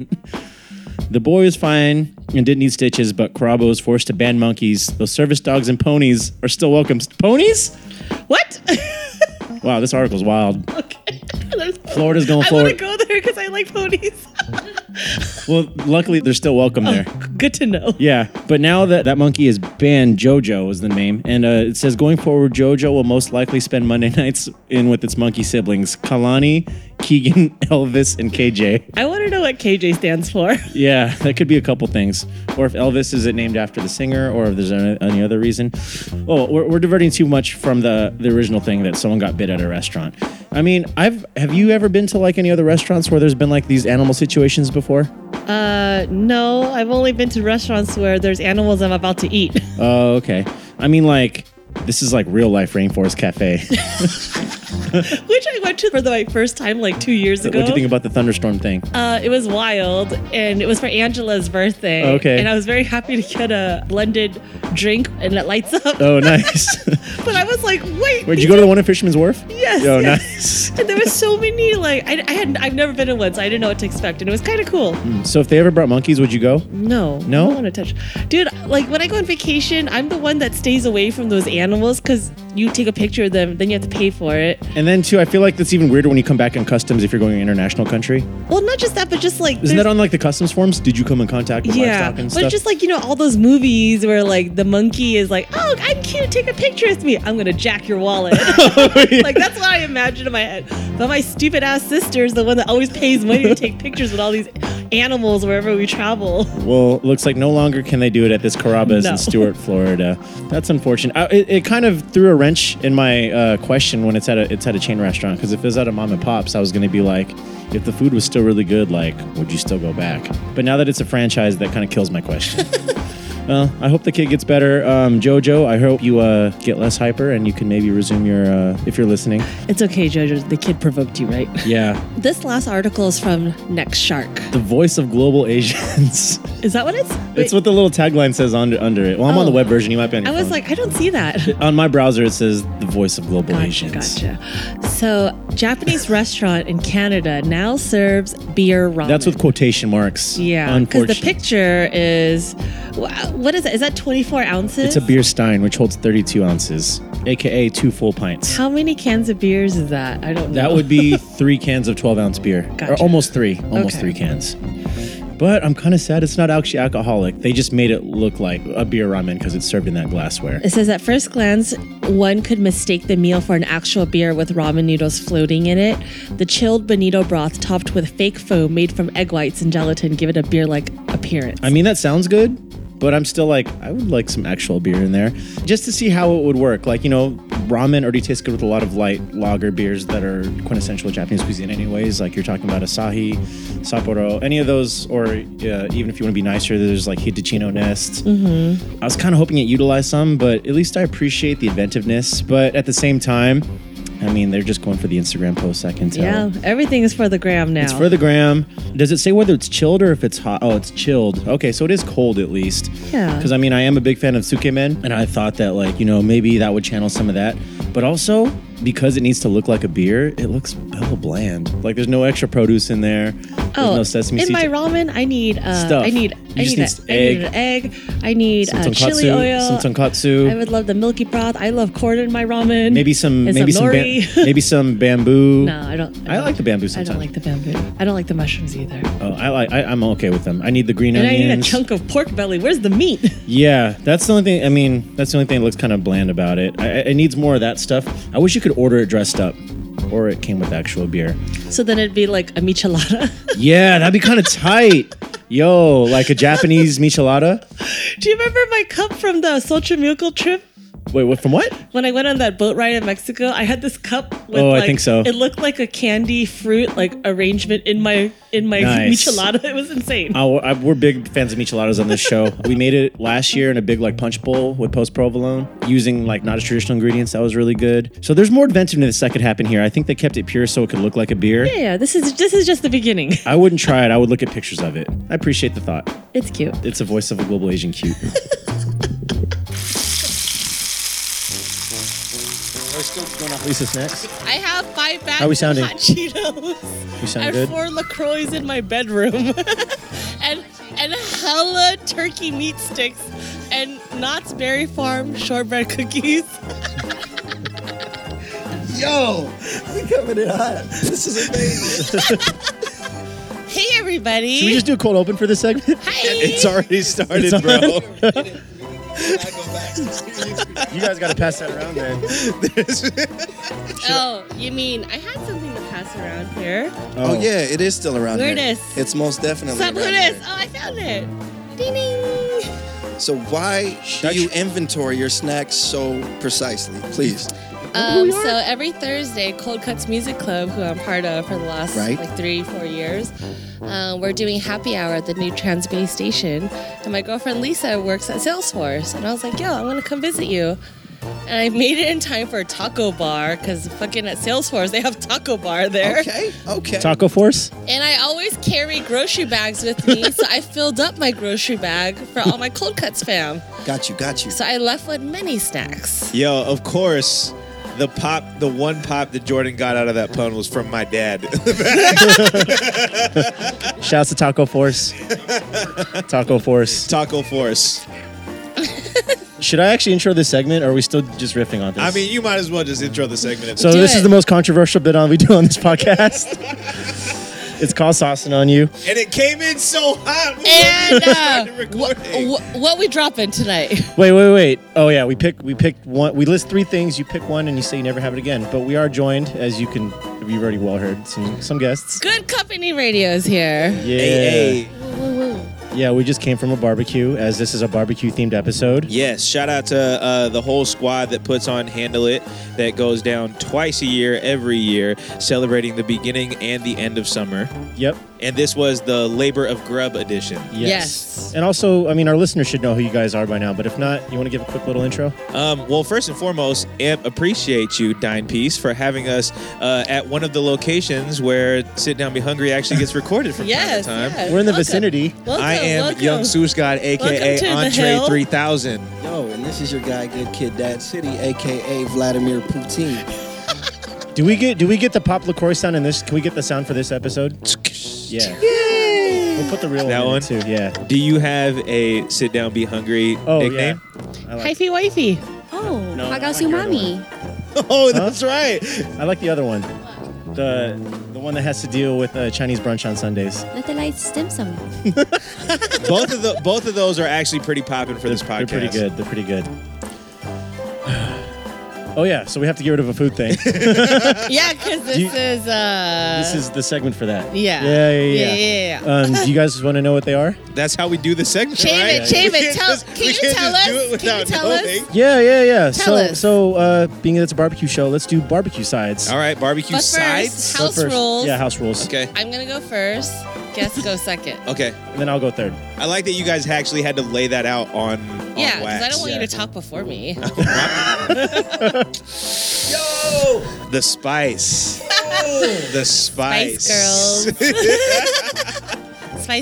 Speaker 1: the boy was fine and didn't need stitches, but Caraba was forced to ban monkeys. Though service dogs and ponies are still welcome. Ponies?
Speaker 4: What?
Speaker 1: Wow, this article's wild.
Speaker 4: okay. There's-
Speaker 1: Florida's going
Speaker 4: I want
Speaker 1: Florida.
Speaker 4: to go there because I like ponies.
Speaker 1: Well, luckily they're still welcome there.
Speaker 4: Good to know.
Speaker 1: Yeah, but now that that monkey is banned, Jojo is the name, and uh, it says going forward, Jojo will most likely spend Monday nights in with its monkey siblings, Kalani, Keegan, Elvis, and KJ.
Speaker 4: I want to know what KJ stands for.
Speaker 1: Yeah, that could be a couple things, or if Elvis is it named after the singer, or if there's any, any other reason. Oh, we're, we're diverting too much from the the original thing that someone got bit at a restaurant. I mean, I've have you ever been to like any other restaurants where there's been like these animal situations before?
Speaker 4: Uh, no, I've only been to restaurants where there's animals I'm about to eat.
Speaker 1: Oh, okay. I mean, like, this is like real life Rainforest Cafe.
Speaker 4: which I went to for the, my first time like two years ago.
Speaker 1: What do you think about the thunderstorm thing?
Speaker 4: uh, it was wild, and it was for Angela's birthday.
Speaker 1: Okay.
Speaker 4: and I was very happy to get a blended drink, and it lights up.
Speaker 1: oh, nice.
Speaker 4: But I was like, wait,
Speaker 1: Wait, did
Speaker 4: these
Speaker 1: you go to
Speaker 4: are-
Speaker 1: the one at Fisherman's Wharf?
Speaker 4: Yes,
Speaker 1: Oh,
Speaker 4: yes.
Speaker 1: nice.
Speaker 4: And there was so many like I, I had I've never been in one, so I didn't know what to expect, and it was kind of cool.
Speaker 1: So, if they ever brought monkeys, would you go?
Speaker 4: No,
Speaker 1: Hmm. No?
Speaker 4: I don't want to touch, dude. Like when I go on vacation, I'm the one that stays away from those animals because you take a picture of them, then you have to pay for it.
Speaker 1: And then, too, I feel like that's even weirder when you come back in customs if you're going to an international country.
Speaker 4: Well, not just that, but just like
Speaker 1: Isn't
Speaker 4: there's-
Speaker 1: that on like the customs forms? Did you come in contact with
Speaker 4: Yeah,
Speaker 1: livestock and
Speaker 4: but
Speaker 1: stuff?
Speaker 4: it's just like you know all those movies where like the monkey is like, "Oh, I'm cute, take a picture with me. I'm gonna jack your wallet." like that's what I imagine in my head. But my stupid ass sister is the one that always pays money to take pictures with all these animals wherever we travel.
Speaker 1: Well, it looks like no longer can they do it at this Carrabba's
Speaker 4: No.
Speaker 1: in Stuart, Florida. That's unfortunate. I, it, it kind of threw a wrench in my uh, question when it's at a it's at a chain restaurant because if it was at a mom and pops, I was going to be like, if the food was still really good, like, would you still go back? But now that it's a franchise, that kind of kills my question. Well, I hope the kid gets better. Um, Jojo, I hope you uh, get less hyper and you can maybe resume your, uh, if you're listening.
Speaker 4: It's okay, Jojo. The kid provoked you, right?
Speaker 1: Yeah.
Speaker 6: This last article is from Next Shark.
Speaker 1: The voice of global Asians.
Speaker 4: Is that what it's?
Speaker 1: it's what the little tagline says under, under it. Well, I'm on the
Speaker 4: Oh.
Speaker 1: web version. You might be on
Speaker 4: I
Speaker 1: your
Speaker 4: was
Speaker 1: phone.
Speaker 4: like, I don't see that.
Speaker 1: on my browser, it says the voice of global Asians.
Speaker 4: Gotcha. So, Japanese restaurant in Canada now serves beer ramen.
Speaker 1: That's with quotation marks.
Speaker 4: yeah, because
Speaker 1: Unfortunately.
Speaker 4: the picture is wha- what is that? Is that twenty four ounces?
Speaker 1: It's a beer stein, which holds 32 ounces, aka two full pints.
Speaker 4: How many cans of beers is that? I don't know.
Speaker 1: That would be three cans of 12 ounce beer, or
Speaker 4: Gotcha.
Speaker 1: almost three, almost
Speaker 4: Okay.
Speaker 1: three cans. But I'm kind of sad it's not actually alcoholic. They just made it look like a beer ramen because it's served in that glassware.
Speaker 4: It says at first glance, one could mistake the meal for an actual beer with ramen noodles floating in it. The chilled bonito broth topped with fake foam made from egg whites and gelatin give it a beer like appearance.
Speaker 1: I mean, that sounds good, but I'm still like, I would like some actual beer in there just to see how it would work. Like, you know, ramen already tastes good with a lot of light lager beers that are quintessential Japanese cuisine, anyways. Like, you're talking about Asahi, Sapporo, any of those, or uh, even if you want to be nicer, there's like Hitachino Nest. I was kind of hoping it utilized some, but at least I appreciate the inventiveness. But at the same time, I mean, they're just going for the Instagram posts, I can tell.
Speaker 4: yeah, everything is for the gram now.
Speaker 1: It's for the gram. Does it say whether it's chilled or if it's hot? Oh, it's chilled. Okay, so it is cold at least.
Speaker 4: Yeah.
Speaker 1: Because I mean, I am a big fan of sukemen, and I thought that like you know maybe that would channel some of that, but also because it needs to look like a beer, it looks hella bland. Like there's no extra produce in there.
Speaker 4: Oh,
Speaker 1: there's no sesame
Speaker 4: in
Speaker 1: seeds.
Speaker 4: my ramen, I need uh,
Speaker 1: Stuff.
Speaker 4: I need
Speaker 1: You
Speaker 4: I
Speaker 1: just
Speaker 4: need,
Speaker 1: need
Speaker 4: a, I need an egg. I need
Speaker 1: some
Speaker 4: uh,
Speaker 1: tonkatsu.
Speaker 4: chili oil.
Speaker 1: Some
Speaker 4: I
Speaker 1: tonkatsu.
Speaker 4: would love the milky broth. I love corn in my ramen.
Speaker 1: Maybe some.
Speaker 4: and
Speaker 1: Maybe some. ba-
Speaker 4: nori.
Speaker 1: maybe some bamboo.
Speaker 4: no, I don't.
Speaker 1: I
Speaker 4: don't-
Speaker 1: like the bamboo
Speaker 4: I
Speaker 1: sometimes.
Speaker 4: don't like the bamboo. I don't like the mushrooms either.
Speaker 1: Oh, I like. I, I'm okay with them. I need the green
Speaker 4: And I
Speaker 1: onions.
Speaker 4: need a chunk of pork belly. Where's the meat?
Speaker 1: Yeah, that's the only thing. I mean, that's the only thing that looks kind of bland about it. I, I- it needs more of that stuff. I wish you could order it dressed up, or it came with actual beer.
Speaker 4: So then it'd be like a michelada.
Speaker 1: Yeah, that'd be kind of tight. Yo, like a Japanese michelada.
Speaker 4: Do you remember my cup from the Xochimilco trip?
Speaker 1: Wait, what? From what?
Speaker 4: When I went on that boat ride in Mexico, I had this cup. With
Speaker 1: Oh, I
Speaker 4: like,
Speaker 1: think so.
Speaker 4: It looked like a candy fruit like arrangement in my in my
Speaker 1: Nice.
Speaker 4: michelada. It was insane.
Speaker 1: Oh, I, we're big fans of micheladas on this show. we made it last year in a big like punch bowl with post provolone using like not as traditional ingredients. That was really good. So there's more inventiveness that could happen here. I think they kept it pure so it could look like a beer.
Speaker 4: Yeah, yeah, this is this is just the beginning.
Speaker 1: I wouldn't try it. I would look at pictures of it. I appreciate the thought.
Speaker 4: It's cute.
Speaker 1: It's a voice of a global Asian cute. Lisa's next.
Speaker 4: I have five bags
Speaker 1: How are we
Speaker 4: of
Speaker 1: sounding?
Speaker 4: hot Cheetos
Speaker 1: You sound
Speaker 4: and
Speaker 1: good.
Speaker 4: four LaCroix in my bedroom. and and hella turkey meat sticks and Knott's Berry Farm shortbread cookies.
Speaker 8: Yo, we coming in hot. This is amazing.
Speaker 4: Hey
Speaker 1: Should we
Speaker 4: everybody.
Speaker 1: just do a cold open for this segment?
Speaker 8: It's already started,
Speaker 1: It's on.
Speaker 8: bro.
Speaker 1: You guys gotta pass that around, man.
Speaker 5: Oh, you mean I had something to pass around here?
Speaker 4: Here.
Speaker 8: Oh yeah, it is still around
Speaker 4: Where
Speaker 8: here.
Speaker 4: it is?
Speaker 8: It's most definitely.
Speaker 4: Stop,
Speaker 8: around
Speaker 4: Lunas.
Speaker 8: here.
Speaker 4: Oh, I found it. Ding ding.
Speaker 8: So why
Speaker 1: Dutch-
Speaker 8: do you inventory your snacks so precisely? Please.
Speaker 6: Um, so every Thursday, Cold Cuts Music Club, who I'm part of for the last
Speaker 8: Right.
Speaker 6: like three, four years, um, we're doing happy hour at the new Trans Bay Station. And my girlfriend Lisa works at Salesforce, and I was like, "Yo, I'm gonna come visit you." And I made it in time for a taco bar because fucking at Salesforce they have taco bar there.
Speaker 8: Okay. Okay.
Speaker 1: Taco Force?
Speaker 6: And I always carry grocery bags with me, so I filled up my grocery bag for all my Cold Cuts fam.
Speaker 8: Got you. Got you.
Speaker 6: So I left with many snacks.
Speaker 9: Yo, of course, the pop, the one pop that Jordan got out of that pun was from my dad.
Speaker 1: Shouts to Taco Force. Taco Force.
Speaker 9: Taco Force.
Speaker 1: Should I actually intro this segment or are we still just riffing on this?
Speaker 9: I mean, you might as well just intro the segment. At
Speaker 1: So
Speaker 9: this
Speaker 1: this is
Speaker 6: it.
Speaker 1: the most controversial bit on we do on this podcast. it's called saucing on you.
Speaker 9: point. and it came in so hot. We
Speaker 6: And uh,
Speaker 9: weren't even
Speaker 6: wh-
Speaker 9: recording.
Speaker 6: wh- what we dropping tonight?
Speaker 1: Wait, wait, wait. Oh yeah, we pick we picked one we list three things, you pick one and you say you never have it again. But we are joined, as you can you've already well heard some some guests.
Speaker 6: Good company radios here.
Speaker 1: Yeah.
Speaker 9: Hey, hey.
Speaker 1: Yeah, we just came from a barbecue as this is a barbecue themed episode.
Speaker 9: Yes, shout out to uh, the whole squad that puts on Handle It that goes down twice a year, every year, celebrating the beginning and the end of summer.
Speaker 1: Yep.
Speaker 9: and this was the Labor of Grub edition.
Speaker 1: Yes. And also, I mean, our listeners should know who you guys are by now, but if not, you want to give a quick little intro?
Speaker 9: Um, well, first and foremost, Amp appreciate you, Dine Piece, for having us uh, at one of the locations where Sit Down Be Hungry actually gets recorded from
Speaker 6: Yes.
Speaker 9: time to time.
Speaker 6: yes.
Speaker 1: We're in the
Speaker 6: Welcome.
Speaker 1: vicinity.
Speaker 6: Welcome,
Speaker 9: I am
Speaker 6: welcome.
Speaker 9: Young Seuss God,
Speaker 6: Welcome to
Speaker 9: aka
Speaker 6: the
Speaker 9: Entree
Speaker 6: hill.
Speaker 9: 3000.
Speaker 8: Yo, and this is your guy, Good Kid Dad City, aka Vladimir Putin.
Speaker 1: Do we get do we get the pop LaCroix sound in this? Can we get the sound for this episode? Yeah. We'll put the real
Speaker 9: That
Speaker 1: one,
Speaker 9: one?
Speaker 1: in too. Yeah.
Speaker 9: Do you have a Sit Down Be Hungry
Speaker 1: Oh
Speaker 9: nickname?
Speaker 1: yeah. I like,
Speaker 4: Hyphy wifey.
Speaker 5: Oh,
Speaker 1: No, I like your other
Speaker 5: Hagasumami.
Speaker 9: Oh, that's right.
Speaker 1: I like the other one. The the one that has to deal with uh, Chinese brunch on Sundays.
Speaker 5: Let the lights dim some.
Speaker 9: both of the both of those are actually pretty popping for this
Speaker 1: They're
Speaker 9: podcast.
Speaker 1: pretty good. They're pretty good. Oh yeah, so we have to get rid of a food thing.
Speaker 6: Yeah, because this
Speaker 1: you-
Speaker 6: is uh
Speaker 1: this is the segment for that.
Speaker 6: yeah.
Speaker 1: Yeah, yeah, yeah.
Speaker 6: Yeah, yeah, yeah.
Speaker 1: Um, do you guys want to know what they are?
Speaker 9: That's how we do the segment.
Speaker 6: Shame
Speaker 9: right?
Speaker 6: it, shame
Speaker 9: We
Speaker 6: it.
Speaker 9: can't
Speaker 6: Tell-
Speaker 9: just-
Speaker 6: can
Speaker 9: we
Speaker 6: you
Speaker 9: can't
Speaker 6: tell
Speaker 9: just do
Speaker 6: us?
Speaker 9: it
Speaker 6: Can you
Speaker 9: without
Speaker 6: tell us?
Speaker 9: knowing.
Speaker 1: Yeah, yeah, yeah. so,
Speaker 6: Tell us.
Speaker 1: so uh, being that it's a barbecue show, let's do barbecue sides.
Speaker 9: All right, barbecue
Speaker 6: But first,
Speaker 9: sides.
Speaker 1: But
Speaker 6: house rules.
Speaker 1: Yeah, house rules.
Speaker 9: Okay.
Speaker 6: I'm gonna go first. Guess go second.
Speaker 9: Okay.
Speaker 1: And then I'll go third.
Speaker 9: I like that you guys actually had to lay that out on, on
Speaker 6: Yeah, because
Speaker 9: wax.
Speaker 6: I don't want
Speaker 1: Yeah.
Speaker 6: you to talk before me.
Speaker 9: the spice. the spice.
Speaker 6: Spice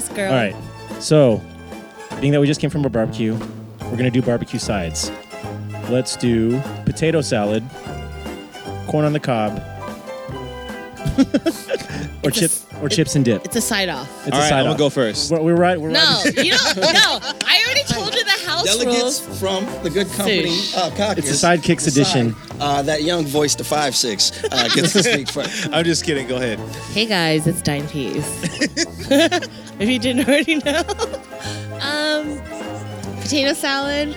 Speaker 6: Spice Girl.
Speaker 1: All right. So, being that we just came from a barbecue, we're gonna do barbecue sides. Let's do potato salad, corn on the cob, or chip or chips and dip.
Speaker 6: It's a side off.
Speaker 1: It's
Speaker 9: All right, I'm
Speaker 1: off.
Speaker 9: gonna go first.
Speaker 1: We're, we're right. We're
Speaker 6: No,
Speaker 1: right.
Speaker 6: you don't. No, I already told you the house
Speaker 8: Delegates
Speaker 6: rules.
Speaker 8: from the good company.
Speaker 6: Sush.
Speaker 8: Uh, caucus,
Speaker 1: It's a sidekicks edition.
Speaker 8: Uh, that young voice, the five six, uh, gets to speak first.
Speaker 9: I'm just kidding. Go ahead.
Speaker 6: Hey guys, it's Dine Peas. if you didn't already know, um, potato salad.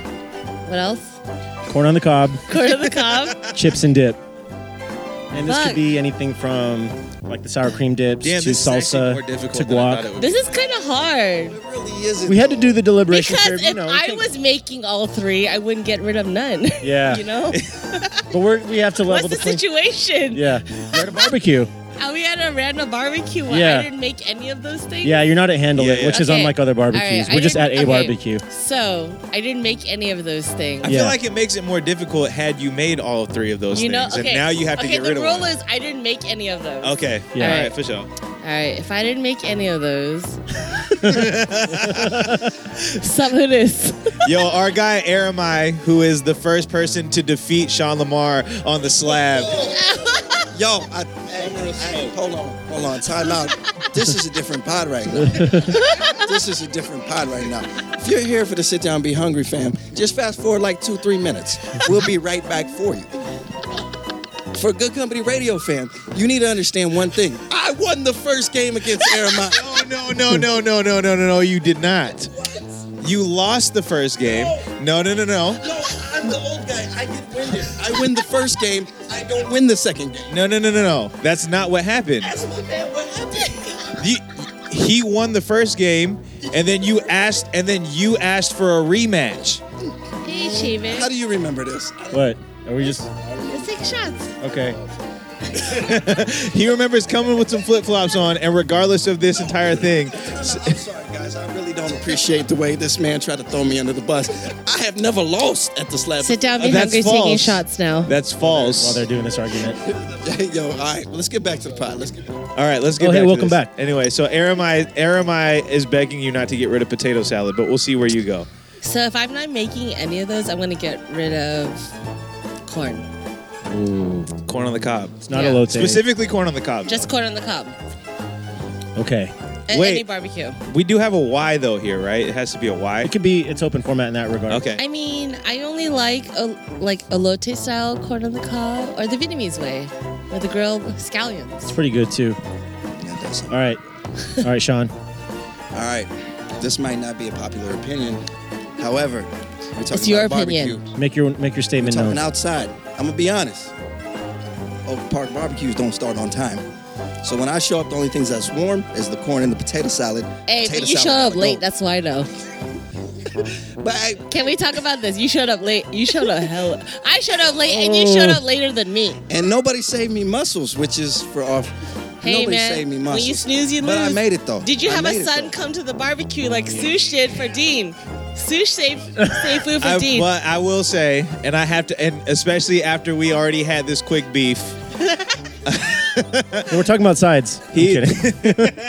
Speaker 6: What else?
Speaker 1: Corn on the cob,
Speaker 6: Corn of the cob.
Speaker 1: chips and dip. And this could
Speaker 6: Fuck.
Speaker 1: be anything from like the sour cream dips
Speaker 9: Damn,
Speaker 1: to
Speaker 9: this is actually
Speaker 1: salsa
Speaker 9: more difficult
Speaker 1: to
Speaker 9: than I thought
Speaker 1: guac.
Speaker 9: it would. be.
Speaker 6: This is kind of hard
Speaker 8: It really isn't.
Speaker 1: We had to do the deliberation
Speaker 6: because
Speaker 1: period, you
Speaker 6: if
Speaker 1: know, we
Speaker 6: I
Speaker 1: can't-
Speaker 6: was making all three, I wouldn't get rid of none.
Speaker 1: Yeah.
Speaker 6: you know,
Speaker 1: but we're, we have to level
Speaker 6: what's the
Speaker 1: the playing-
Speaker 6: situation?
Speaker 1: Yeah, we're at a barbecue.
Speaker 6: Are we at a random barbecue? Where
Speaker 1: Yeah.
Speaker 6: I didn't make any of those things.
Speaker 1: Yeah, you're not at Handle
Speaker 9: Yeah,
Speaker 1: It,
Speaker 9: yeah.
Speaker 1: which is
Speaker 6: Okay.
Speaker 1: unlike other
Speaker 6: All
Speaker 1: barbecues.
Speaker 6: right,
Speaker 1: We're
Speaker 6: I
Speaker 1: just at
Speaker 6: didn't-
Speaker 1: a
Speaker 6: okay.
Speaker 1: barbecue.
Speaker 6: So I didn't make any of those things.
Speaker 9: I
Speaker 1: Yeah.
Speaker 9: feel like it makes it more difficult had you made all three of those
Speaker 6: you know,
Speaker 9: things,
Speaker 6: okay.
Speaker 9: and now you have to
Speaker 6: okay,
Speaker 9: get rid
Speaker 6: the
Speaker 9: of
Speaker 6: rule
Speaker 9: one.
Speaker 6: is I didn't make any of those.
Speaker 9: okay.
Speaker 1: Yeah.
Speaker 9: All
Speaker 6: All
Speaker 9: right,
Speaker 6: right.
Speaker 9: for sure.
Speaker 6: All right, if I didn't make any of those, something is.
Speaker 9: Yo, our guy Aramai, who is the first person to defeat Sean Lamar on the slab.
Speaker 8: Yo, I, hey, hey, hold on, hold on, time out. This is a different pod right now. this is a different pod right now. If you're here for the sit down, and be hungry, fam. Just fast forward like two, three minutes. We'll be right back for you. For Good Company Radio, fam, you need to understand one thing. I won the first game against Aramont.
Speaker 9: Oh no no no no no no no no! You did not. You lost the first game. No no no no
Speaker 8: No, I'm the old guy. I did win it. I win the first game. I don't win the second game.
Speaker 9: no no no no no. That's not what happened.
Speaker 8: That's what that what happened.
Speaker 9: You, he won the first game, and then you asked, and then you asked for a rematch.
Speaker 6: Hey, Shaven.
Speaker 8: How do you remember this?
Speaker 1: What? Are we just
Speaker 6: Let's take shots.
Speaker 1: okay?
Speaker 9: He remembers coming with some flip flops on, and regardless of this entire thing,
Speaker 8: I'm sorry, guys. I really don't appreciate the way this man tried to throw me under the bus. I have never lost at the slap.
Speaker 6: Sit down, be
Speaker 9: Uh, that's
Speaker 6: hungry, taking
Speaker 9: false.
Speaker 6: shots now.
Speaker 9: that's
Speaker 1: While
Speaker 9: false.
Speaker 1: they're doing this argument,
Speaker 8: Yo, all right. Let's get back to the pot. Let's get back.
Speaker 9: All right, let's get
Speaker 1: Oh,
Speaker 9: back
Speaker 1: hey,
Speaker 9: to
Speaker 1: welcome
Speaker 9: this.
Speaker 1: back.
Speaker 9: Anyway, so Aramai, Aramai is begging you not to get rid of potato salad, but we'll see where you go.
Speaker 6: So if I'm not making any of those, I'm gonna get rid of corn.
Speaker 9: Corn on the cob,
Speaker 1: it's not
Speaker 6: Yeah.
Speaker 1: a low take.
Speaker 9: specifically corn on the cob.
Speaker 6: Just corn on the cob.
Speaker 1: Okay.
Speaker 6: At
Speaker 9: Wait.
Speaker 6: any barbecue.
Speaker 9: we do have a Y though here, right? It has to be a Y.
Speaker 1: It could be it's open format in that regard.
Speaker 9: Okay.
Speaker 6: I mean, I only like a, like elote style corn on the cob or the Vietnamese way with the grilled
Speaker 1: It's
Speaker 6: scallions.
Speaker 1: pretty good too.
Speaker 8: Yeah, that's
Speaker 1: All right. All right, Sean.
Speaker 8: All right. This might not be a popular opinion. However, we're talking
Speaker 6: It's your
Speaker 8: about
Speaker 6: opinion.
Speaker 8: barbecue.
Speaker 1: Make your make your statement
Speaker 8: Talking
Speaker 1: known.
Speaker 8: outside. I'm gonna be honest. Oak Park barbecues don't start on time. So when I show up, the only things that's warm is the corn and the potato salad.
Speaker 6: Hey,
Speaker 8: Potato
Speaker 6: but you
Speaker 8: salad
Speaker 6: showed up
Speaker 8: gotta
Speaker 6: late.
Speaker 9: Oh.
Speaker 8: go.
Speaker 6: That's why though.
Speaker 8: But I,
Speaker 6: Can we talk about this? You showed up late. You showed up hell.
Speaker 9: Oh.
Speaker 6: I showed up late, and you showed up later than me.
Speaker 8: and nobody saved me muscles, which is for off.
Speaker 4: Hey,
Speaker 8: Nobody
Speaker 4: man,
Speaker 8: saved me
Speaker 4: when
Speaker 8: muscle.
Speaker 4: you snooze, you
Speaker 8: But I
Speaker 4: lose.
Speaker 8: made it though.
Speaker 4: Did you
Speaker 8: I
Speaker 4: have
Speaker 8: made
Speaker 4: a
Speaker 8: it,
Speaker 4: son
Speaker 8: though.
Speaker 4: come to the barbecue like sush did for Dean? Sush saved, saved food for
Speaker 9: I,
Speaker 4: Dean.
Speaker 9: but I will say, and I have to, and especially after we already had this quick beef,
Speaker 1: We're talking about sides. I'm
Speaker 9: He-
Speaker 1: kidding.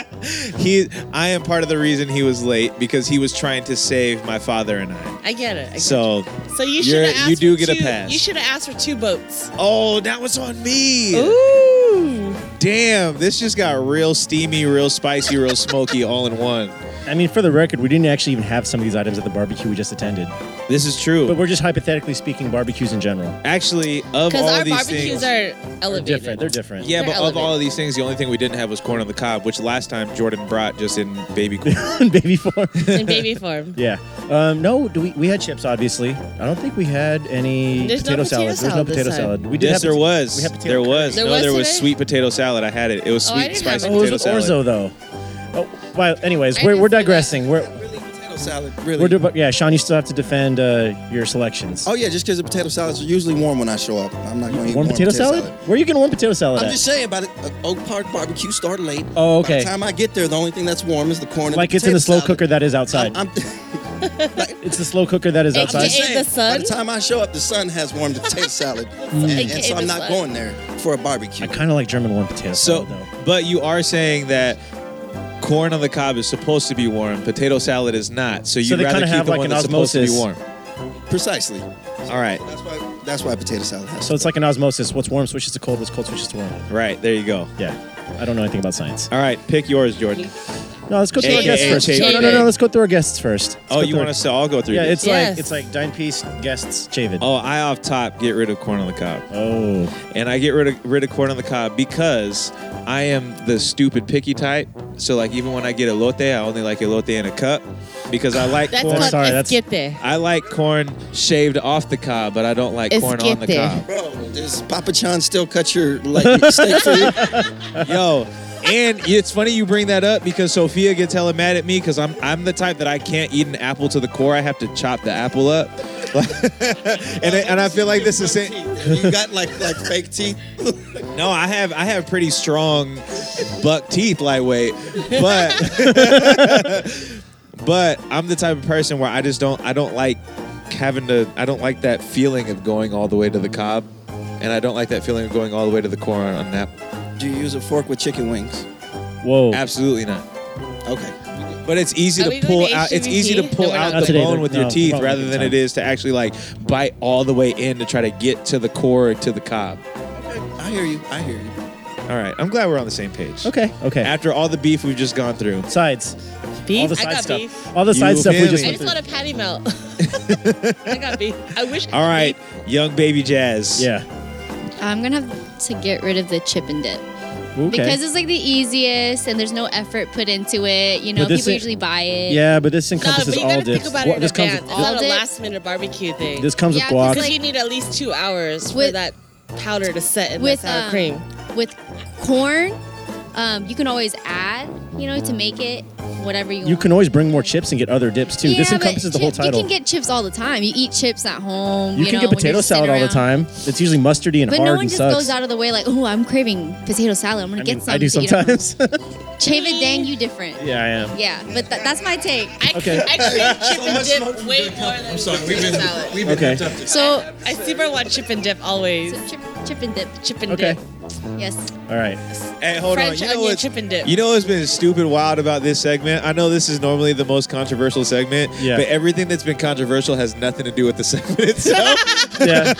Speaker 9: he, I am part of the reason he was late because he was trying to save my father and I.
Speaker 4: I get it. I get
Speaker 9: So,
Speaker 4: it. so you should
Speaker 9: you're-
Speaker 4: have asked
Speaker 9: you do
Speaker 4: for
Speaker 9: get a
Speaker 4: two,
Speaker 9: pass.
Speaker 4: You should have asked for two boats.
Speaker 9: oh, that was on me.
Speaker 4: Ooh.
Speaker 9: Damn, this just got real steamy, real spicy, real smoky, all in one.
Speaker 1: I mean, for the record, we didn't actually even have some of these items at the barbecue we just attended.
Speaker 9: This is true.
Speaker 1: But we're just hypothetically speaking barbecues in general.
Speaker 9: Actually, of all
Speaker 4: Because our
Speaker 9: of these
Speaker 4: barbecues
Speaker 9: things,
Speaker 4: are
Speaker 1: They're
Speaker 4: elevated.
Speaker 1: different. They're different.
Speaker 9: yeah,
Speaker 4: they're
Speaker 9: but of all
Speaker 4: elevated.
Speaker 9: of these things, the only thing we didn't have was corn on the cob, which last time Jordan brought just in baby corn.
Speaker 1: baby form.
Speaker 4: in baby form.
Speaker 1: yeah. Um, no, do we, we had chips, obviously. I don't think we had any
Speaker 4: There's no
Speaker 1: potato
Speaker 4: potato
Speaker 1: salad. There's no
Speaker 4: salad this
Speaker 1: potato
Speaker 4: time.
Speaker 1: salad. We
Speaker 9: yes,
Speaker 1: have
Speaker 9: there
Speaker 1: pota-
Speaker 9: was.
Speaker 1: we had potato
Speaker 9: there
Speaker 1: curry.
Speaker 9: was.
Speaker 4: There
Speaker 9: no,
Speaker 4: was
Speaker 9: there was
Speaker 4: today?
Speaker 9: sweet potato salad. I had it. It was
Speaker 4: Oh, I
Speaker 9: sweet
Speaker 4: didn't have
Speaker 9: spicy
Speaker 4: it.
Speaker 1: Oh, it
Speaker 9: potato
Speaker 1: was orzo
Speaker 9: salad.
Speaker 1: though. Oh, well, anyways,
Speaker 4: I
Speaker 1: we're,
Speaker 4: didn't
Speaker 1: we're
Speaker 4: see that.
Speaker 1: digressing. We're
Speaker 8: Really, potato salad. Really.
Speaker 1: we're de- yeah, Sean, you still have to defend uh, your selections.
Speaker 8: oh yeah, just because the potato salads are usually warm when I show up. I'm not going to eat
Speaker 1: warm potato, salad? Where are you getting warm potato salad
Speaker 8: I'm
Speaker 1: at?
Speaker 8: just saying about it. uh, Oak Park barbecue start late.
Speaker 1: Oh,
Speaker 8: By
Speaker 1: okay.
Speaker 8: the time I get there, the only thing that's warm is the corn. and
Speaker 1: Like
Speaker 8: the
Speaker 1: it's in the
Speaker 8: potato
Speaker 1: slow
Speaker 8: salad.
Speaker 1: cooker that is outside.
Speaker 8: I'm, I'm,
Speaker 1: it's the slow cooker that is
Speaker 4: Hey,
Speaker 1: outside.
Speaker 4: hey, Aka the sun?
Speaker 8: By the time I show up, the sun has warmed the potato salad, and, and so
Speaker 4: Aka
Speaker 8: I'm
Speaker 4: the
Speaker 8: not
Speaker 4: sun.
Speaker 8: going there for a barbecue.
Speaker 1: I kind of like German warm potato
Speaker 9: So,
Speaker 1: salad though.
Speaker 9: but you are saying that corn on the cob is supposed to be warm. Potato salad is not. So you'd
Speaker 1: they
Speaker 9: rather
Speaker 1: kinda
Speaker 9: keep
Speaker 1: have
Speaker 9: the
Speaker 1: like
Speaker 9: one
Speaker 1: an
Speaker 9: that's supposed to be
Speaker 1: osmosis.
Speaker 9: warm.
Speaker 8: Precisely.
Speaker 9: All right,
Speaker 8: That's why. That's why potato salad has.
Speaker 1: So it's like an osmosis. What's warm switches to cold. What's cold switches to warm.
Speaker 9: right there you go.
Speaker 1: Yeah, I don't know anything about science.
Speaker 9: All right, pick yours, Jordan.
Speaker 1: No, let's go through our
Speaker 9: Hey,
Speaker 1: guests
Speaker 9: hey,
Speaker 1: first.
Speaker 9: hey,
Speaker 1: no, no,
Speaker 9: hey,
Speaker 1: no, no,
Speaker 9: hey.
Speaker 1: let's go through our guests first. Let's
Speaker 9: Oh,
Speaker 1: go
Speaker 9: you
Speaker 1: through
Speaker 9: want
Speaker 1: our-
Speaker 9: us to all go through?
Speaker 1: Yeah,
Speaker 9: these?
Speaker 1: it's like
Speaker 4: Yes.
Speaker 1: it's like dine piece guests Chavin.
Speaker 9: Oh, I off top get rid of corn on the cob,
Speaker 1: oh,
Speaker 9: and I get rid of rid of corn on the cob because I am the stupid picky type. So like even when I get elote, I only like elote in a cup because I like
Speaker 4: That's
Speaker 9: corn.
Speaker 4: called
Speaker 1: sorry, that's-
Speaker 4: esquite.
Speaker 9: I like corn shaved off the cob, but I don't like corn on the
Speaker 4: Esquite.
Speaker 9: cob.
Speaker 8: Bro, does Papa John still cut your like steak for you?
Speaker 9: Yo, and it's funny you bring that up because Sophia gets hella mad at me because I'm I'm the type that I can't eat an apple to the core. I have to chop the apple up, and I, and I feel like this is the same.
Speaker 8: You got like like fake teeth.
Speaker 9: No, I have I have pretty strong buck teeth, lightweight, but but I'm the type of person where I just don't I don't like having to I don't like that feeling of going all the way to the cob, and I don't like that feeling of going all the way to the core on, on that.
Speaker 8: Do you use a fork with chicken wings?
Speaker 1: whoa.
Speaker 9: Absolutely not.
Speaker 8: Okay.
Speaker 9: But it's easy
Speaker 4: Are
Speaker 9: to
Speaker 4: we going
Speaker 9: pull
Speaker 4: to
Speaker 9: out. It's easy to
Speaker 4: HGVP?
Speaker 9: pull
Speaker 4: No, we're
Speaker 9: out
Speaker 4: not
Speaker 9: the
Speaker 1: today,
Speaker 9: bone
Speaker 1: though.
Speaker 9: with your
Speaker 1: No,
Speaker 9: teeth
Speaker 1: probably
Speaker 9: rather
Speaker 1: good
Speaker 9: than it
Speaker 1: time.
Speaker 9: is to actually like bite all the way in to try to get to the core to the cob.
Speaker 8: I hear you. I hear you.
Speaker 9: All right, I'm glad we're on the same page.
Speaker 1: Okay, okay.
Speaker 9: After all the beef we've just gone through,
Speaker 1: sides, all the
Speaker 4: I
Speaker 1: side
Speaker 4: got
Speaker 1: stuff,
Speaker 4: beef.
Speaker 1: all the side
Speaker 9: You
Speaker 1: stuff we just
Speaker 9: family.
Speaker 4: I
Speaker 1: went
Speaker 4: just
Speaker 1: through.
Speaker 4: want a patty melt. I got beef. I wish.
Speaker 9: all right, young baby jazz.
Speaker 1: Yeah.
Speaker 10: I'm gonna have to get rid of the chip and dip
Speaker 1: Okay.
Speaker 10: because it's like the easiest and there's no effort put into it. You know,
Speaker 1: But this
Speaker 10: people
Speaker 1: is-
Speaker 10: usually buy it.
Speaker 1: yeah, but this
Speaker 4: No, but
Speaker 1: encompasses
Speaker 4: you
Speaker 1: all
Speaker 4: gotta
Speaker 1: dips.
Speaker 4: think about
Speaker 1: What-
Speaker 4: it in
Speaker 1: this comes
Speaker 4: advance.
Speaker 1: with,
Speaker 4: It's not a
Speaker 10: All dip?
Speaker 4: last minute barbecue thing.
Speaker 1: this comes
Speaker 10: Yeah,
Speaker 1: with guac.
Speaker 10: because,
Speaker 4: Because you need at least two hours for
Speaker 10: With-
Speaker 4: that powder to set in
Speaker 10: with,
Speaker 4: the sour
Speaker 10: um,
Speaker 4: cream.
Speaker 10: With corn, um, you can always add, you know, to make it whatever you,
Speaker 1: you
Speaker 10: want.
Speaker 1: can always bring more chips and get other dips too. this
Speaker 10: Yeah, but
Speaker 1: encompasses the whole
Speaker 10: chip-
Speaker 1: title.
Speaker 10: You can get chips all the time. You eat chips at home. You,
Speaker 1: You can
Speaker 10: know,
Speaker 1: get
Speaker 10: when you're
Speaker 1: potato
Speaker 10: just sitting
Speaker 1: salad all the
Speaker 10: around.
Speaker 1: time. It's usually mustardy and
Speaker 10: But
Speaker 1: hard
Speaker 10: no one
Speaker 1: and
Speaker 10: just
Speaker 1: sucks.
Speaker 10: goes out of the way like, oh, I'm craving potato salad. I'm gonna
Speaker 1: I
Speaker 10: get
Speaker 1: mean,
Speaker 10: some.
Speaker 1: I do
Speaker 10: to eat at home."
Speaker 1: sometimes.
Speaker 10: Chava dang, you different. Yeah,
Speaker 1: yeah, I am.
Speaker 10: but tha- that's my take.
Speaker 4: I,
Speaker 1: okay.
Speaker 4: I crave chip and
Speaker 8: much smoke
Speaker 4: dip
Speaker 8: from
Speaker 4: way
Speaker 8: your
Speaker 4: more than potato salad.
Speaker 8: we've
Speaker 1: Okay.
Speaker 8: hooked up to-
Speaker 10: So,
Speaker 4: I super want chip and dip always.
Speaker 10: so chip, chip and dip.
Speaker 4: Chip and
Speaker 1: Okay.
Speaker 4: dip.
Speaker 10: Yes.
Speaker 1: All right.
Speaker 9: Hey, hold
Speaker 4: French
Speaker 9: on. You know
Speaker 4: onion
Speaker 9: what's
Speaker 4: chip and dip.
Speaker 9: You know what's been stupid wild about this segment? I know this is normally the most controversial segment,
Speaker 1: Yeah.
Speaker 9: but everything that's been controversial has nothing to do with the segment itself.
Speaker 1: Yeah.